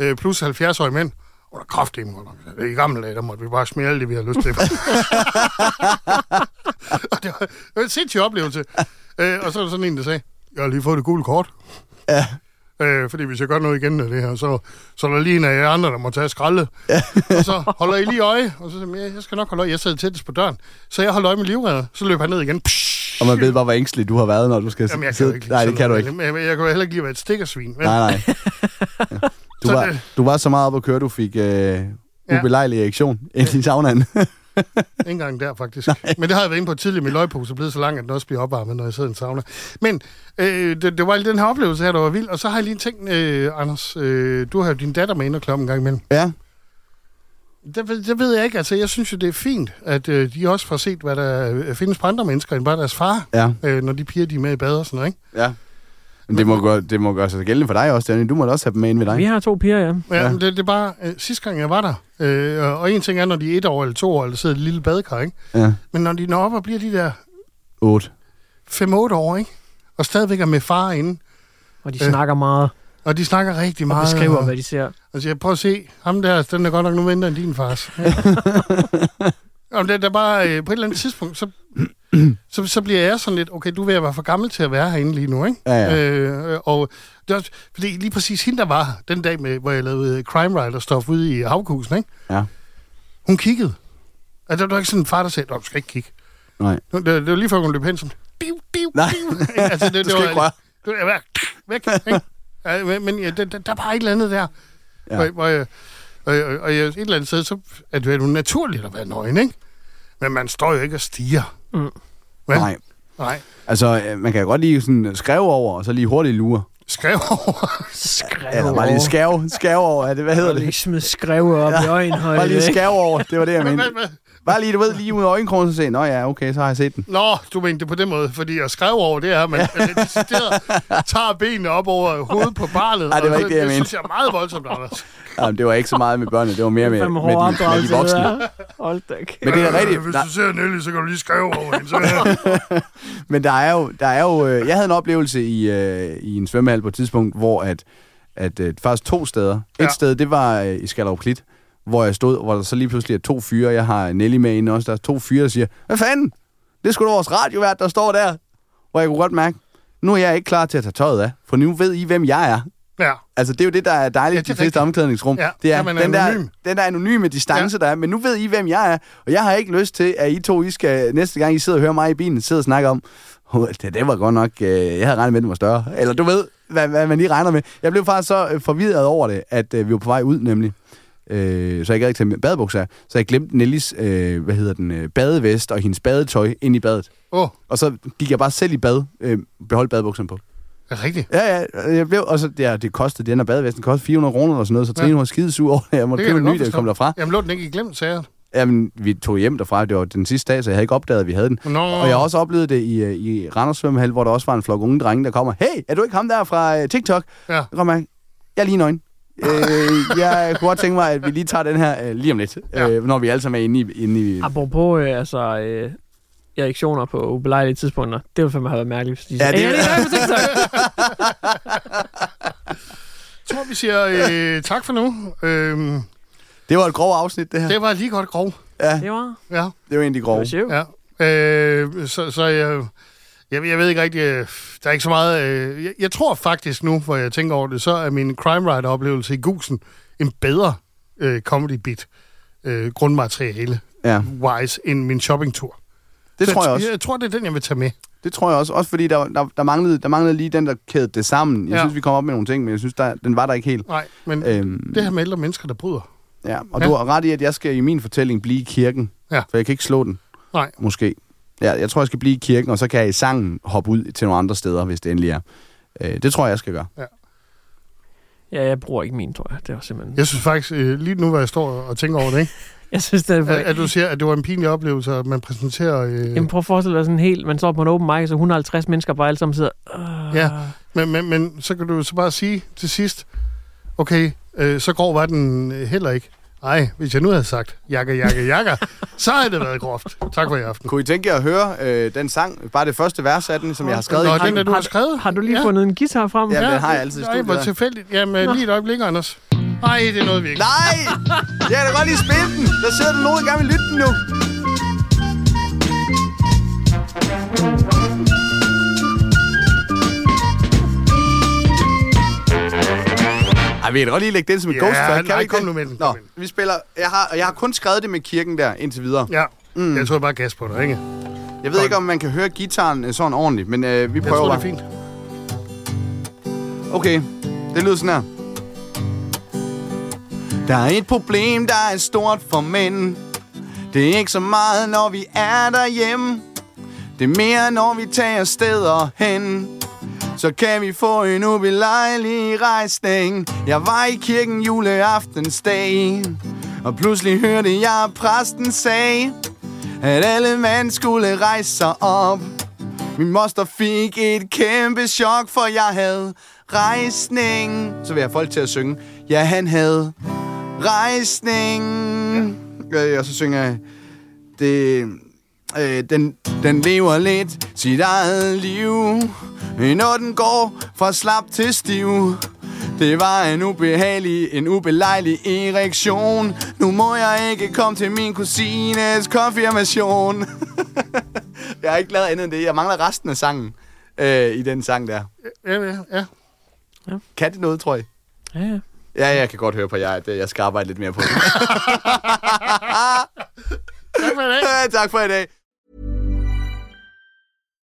S2: øh, plus 70-årige mænd, under kraftigt, i gamle dage, der måtte vi bare smide alt det, vi havde lyst til. og det var, det var en sindssyg oplevelse. Øh, og så var der sådan en, der sagde, jeg har lige fået det gule kort.
S4: Ja.
S2: Øh, fordi hvis jeg gør noget igen af det her, så, så er der lige en af jer andre, der må tage skraldet. Ja. og så holder I lige øje, og så siger jeg, jeg skal nok holde øje. Jeg sad tættest på døren, så jeg holder øje med livredder. Så løb han ned igen.
S4: Og man ved bare, hvor ængstelig du har været, når du skal
S2: Jamen, jeg kan jo
S4: sidde.
S2: ikke lide
S4: Altså, Nej, det
S2: sådan
S4: kan du
S2: noget.
S4: ikke.
S2: Jeg, jeg, jeg kan jo heller ikke lige være et stikkersvin. vel?
S4: Nej, nej. Du
S2: Så
S4: var,
S2: det-
S4: du var så meget oppe at køre, du fik øh,
S2: Ja.
S4: ubelejlig erektion ind i saunaen.
S2: Ikke engang der, faktisk. Nej. Men det har jeg været inde på tidligere. Min løgpose er blevet så lang, at den også bliver opvarmet, når jeg sidder i en sauna. Men øh, det, det var lige den her oplevelse her, der var vild. Og så har jeg lige en ting, øh, Anders. Øh, du har jo din datter med ind og kloppe en gang imellem.
S4: Ja.
S2: Det, ved- det ved jeg ikke. Altså, jeg synes jo, det er fint, at øh, de også får set, hvad der øh, findes på andre mennesker, end bare deres far.
S4: Ja.
S2: Øh, når de piger, de er med i bad og sådan noget, ikke?
S4: Ja. Men det må, gøre, det må gøre sig gældende for dig også, Danny. Du må da også have dem med ind ved dig.
S2: Vi
S3: har to piger, ja.
S2: Ja, ja. Men det, det er bare, øh, sidste gang jeg var der, øh, og- og en ting er, når de er et år eller to år, eller sidder i et lille badekar, ikke?
S4: Ja.
S2: Men når de når op og bliver de der
S4: 8.
S2: 5-8 år, ikke? Og stadigvæk er med far inde.
S3: Og de snakker meget.
S2: Og de snakker rigtig
S3: Og
S2: Øh, meget.
S3: beskriver, hvad de ser.
S2: Altså, jeg prøver at se, ham der, den er godt nok nu mindre end din fars. Om det er da bare, øh, på et eller andet tidspunkt, så, så, så bliver jeg sådan lidt, okay, du er ved at være for gammel til at være herinde lige nu, ikke?
S4: Ja, ja.
S2: Øh, og det er også, fordi lige præcis hende, der var her, den dag, med, hvor jeg lavede øh, Crime Rider-stof ude i Havkusen, ikke?
S4: Ja.
S2: Hun kiggede. Altså, det var ikke sådan en far, der sagde, "Nå, du skal ikke kigge.
S4: Nej.
S2: Det, det var lige før, hun løb hen sådan, biu, biu, Nej. biu. altså, det,
S4: Du skal ikke røre.
S2: Det var, væk, væk, ikke? Ja, men- men ja, der, der, der er bare et eller andet der. Ja. Hvor, hvor jeg, og, og, og jeg, et eller andet sted, så er det jo naturligt at være nøgen, ikke? Men man står jo ikke og stiger.
S3: Mm.
S2: Vel?
S4: Nej.
S2: Nej.
S4: Altså, øh, man kan jo godt lige sådan skrive over, og så lige hurtigt lure.
S2: Skrive over?
S3: skrive
S4: Eller bare lige skæve, skæve over. Er det, hvad hedder
S3: Bare lige
S4: det?
S3: smide skræve op i øjenhøjde.
S4: Bare lige
S3: ikke?
S4: skæve over. Det var det, jeg
S2: Hvad-
S4: mente.
S2: hvad- hvad?
S4: Bare lige, du ved, lige ud af øjenkrogen, så se, nå ja, okay, så har jeg set den.
S2: Nå, du mente det på den måde, fordi jeg skrev over det her, men altså, decideret tager benene op over hovedet på barlet.
S4: Ej, det var
S2: og
S4: ikke det, jeg
S2: det
S4: mente.
S2: synes jeg er meget voldsomt, Anders.
S4: Jamen, det var ikke så meget med børnene, det var mere med, med,
S3: Fem
S4: med,
S3: hårde
S4: de, med
S3: opdragelse,
S4: de voksne.
S3: det der. Hold da kæft.
S4: Men det er da rigtigt.
S2: Øh, Hvis
S4: Nej.
S2: du ser Nelly, så kan du lige skrive over hende. Så...
S4: Men der er jo, der er jo øh, jeg havde en oplevelse i, øh, i en svømmehal på et tidspunkt, hvor at, at øh, faktisk to steder. Et
S2: Ja.
S4: sted, det var øh, i Skallerup Klit, hvor jeg stod, hvor der så lige pludselig er to fyre, jeg har Nelly med inde også, der er to fyre, der siger, hvad fanden, det skulle vores radiovært, der står der. Hvor jeg kunne godt mærke, nu er jeg ikke klar til at tage tøjet af, for nu ved I, hvem jeg er.
S2: Ja.
S4: Altså, det er jo det, der er dejligt i
S2: det er
S4: de fleste
S2: rigtigt.
S4: omklædningsrum.
S2: Ja,
S4: det er
S2: ja, man er
S4: den, der,
S2: anonym.
S4: den der anonyme distance, ja. der er. Men nu ved I, hvem jeg er. Og jeg har ikke lyst til, at I to, I skal næste gang, I sidder og hører mig i bilen, sidde og snakke om, "Åh, det, det var godt nok, øh, jeg havde regnet med, den var større. Eller du ved, hvad, hvad man lige regner med. Jeg blev faktisk så øh, forvirret over det, at øh, vi var på vej ud nemlig. Øh, så jeg gad ikke tage mine badebukser af. Så jeg glemte Nellis, øh, hvad hedder den, øh, badevest og hendes badetøj ind i badet.
S2: Åh.
S4: Og så gik jeg bare selv i bad, øh, beholdt badebukserne på.
S2: Er det rigtigt?
S4: Ja, ja, jeg blev, og så, ja, det kostede, den her badevesten kostede 400 kroner eller sådan noget, så Trine
S2: Ja.
S4: ja. var skidesur over, at jeg måtte
S2: kan
S4: købe
S2: jeg
S4: en
S2: godt
S4: ny, da jeg
S2: forstå.
S4: kom derfra.
S2: Jamen, lå den ikke i glemt, sagde jeg.
S4: Jamen, vi tog hjem derfra, det var den sidste dag, så jeg havde ikke opdaget, at vi havde den.
S2: Nå.
S4: Og jeg har også oplevet det i, øh, i Randers Svømmehal, hvor der også var en flok unge drenge, der kommer, hey, er du ikke ham der fra øh, TikTok?
S2: Ja.
S4: Så kommer jeg, jeg er lige nøgen. øh, jeg kunne godt tænke mig, at vi lige tager den her øh, lige om lidt, ja. øh, når vi alle sammen er inde i... Inde i
S3: Apropos, øh, altså... Øh, erektioner på ubelejlige tidspunkter. Det ville fandme have været mærkeligt, hvis de
S4: Ja,
S3: sagde,
S4: det-
S3: "Ja, det er på TikTok."
S2: Jeg tror, vi siger øh, tak for nu. Øhm,
S4: det var et grovt afsnit, det her.
S2: det var lige godt grov.
S4: Ja,
S3: Det var...
S2: Ja.
S4: det var egentlig grovt.
S2: Ja. Øh, så så jeg, jeg, jeg ved ikke rigtig, øh, der er ikke så meget... Øh, jeg, jeg tror faktisk nu, hvor jeg tænker over det, så er min Crime Rider-oplevelse i Gusen en bedre øh, comedy bit øh, grundmateriale
S4: Ja.
S2: wise end min shoppingtur.
S4: Det
S2: så
S4: tror jeg
S2: t-
S4: også.
S2: Jeg tror, det er den, jeg vil tage med.
S4: Det tror jeg også. Også fordi der, der, der, manglede, der manglede lige den, der kædede det sammen. Jeg
S2: Ja.
S4: ja. synes, vi kom op med nogle ting, men jeg synes, der, den var der ikke helt.
S2: Nej, men
S4: Øhm,
S2: det her med ældre mennesker, der bryder.
S4: Ja, og
S2: Ja.
S4: ja. du har ret i, at jeg skal i min fortælling blive i kirken.
S2: Ja.
S4: For jeg kan ikke slå den,
S2: Nej.
S4: måske. Ja, jeg tror, jeg skal blive i kirken, og så kan jeg i sangen hoppe ud til nogle andre steder, hvis det endelig er. Øh, det tror jeg, jeg skal gøre.
S3: Ja, jeg bruger ikke min, tror jeg. Det var simpelthen...
S2: Jeg synes faktisk, øh, lige nu, hvor jeg står og tænker over det, ikke?
S3: Jeg synes, det er...
S2: at, at du siger, at det var en pinlig oplevelse, at man præsenterer... Øh,
S3: Jamen prøv at forestille dig sådan helt, man står på en open mic, så 150 mennesker bare alle sammen sidder,
S2: ja, Men, men, men så kan du så bare sige til sidst, okay, øh, så grov var den øh, heller ikke. Nej, hvis jeg nu havde sagt jakker, jakker, jakker, så havde det været groft. Tak for i aften.
S4: Kunne I tænke jer at høre øh, den sang, bare det første vers af den, som jeg har skrevet?
S2: Nå,
S4: i-
S2: den der, du har skrevet.
S3: Har du lige ja. fundet en guitar frem?
S4: Ja, den har jeg altid i
S2: Nej,
S4: studiet
S2: hvor
S4: der.
S2: tilfældigt. Jamen, øh,
S4: Nå.
S2: lige et øjeblik, Anders. Nej, det er noget virkelig.
S4: Nej! Jeg kan da godt lige spille den. Der sidder der nogen, der gerne vil lytte den nu. Ej, vi kan da godt lige lægge den som et
S2: Ja,
S4: ghost track.
S2: nej,
S4: vi ikke
S2: kom
S4: det?
S2: nu med den, kom
S4: Nå,
S2: med
S4: vi spiller... Jeg har, jeg har kun skrevet det med kirken der indtil videre.
S2: Ja, mm. jeg tror bare gas på dig, ikke?
S4: Jeg ved ikke, om man kan høre gitaren øh, sådan ordentligt, men øh, vi
S2: Jeg tror,
S4: prøver
S2: det er
S4: bare.
S2: fint.
S4: Okay, det lyder sådan her. Der er et problem, der er stort for mænd. Det er ikke så meget, når vi er derhjemme. Det er mere, når vi tager steder hen. Så kan vi få en ubelejlig rejsning. Jeg var i kirken juleaftensdag. Og pludselig hørte jeg, at præsten sagde, at alle mand skulle rejse sig op. Min moster fik et kæmpe chok, for jeg havde rejsning. Så vil jeg have folk til at synge. Ja, han havde rejsning. Ja. Øh, og så synger jeg. Det, øh, den, den lever lidt sit eget liv. Når den går fra slap til stiv. Det var en ubehagelig, en ubelejlig erektion. Nu må jeg ikke komme til min kusines konfirmation. Jeg har ikke lavet andet end det. Jeg mangler resten af sangen øh, i den sang der.
S2: Ja, ja, ja.
S4: Kan det noget, tror jeg?
S3: Ja, ja.
S4: Ja, jeg kan godt høre på jer, at øh, jeg skal arbejde lidt mere på det.
S2: tak for i
S4: dag. tak for i dag.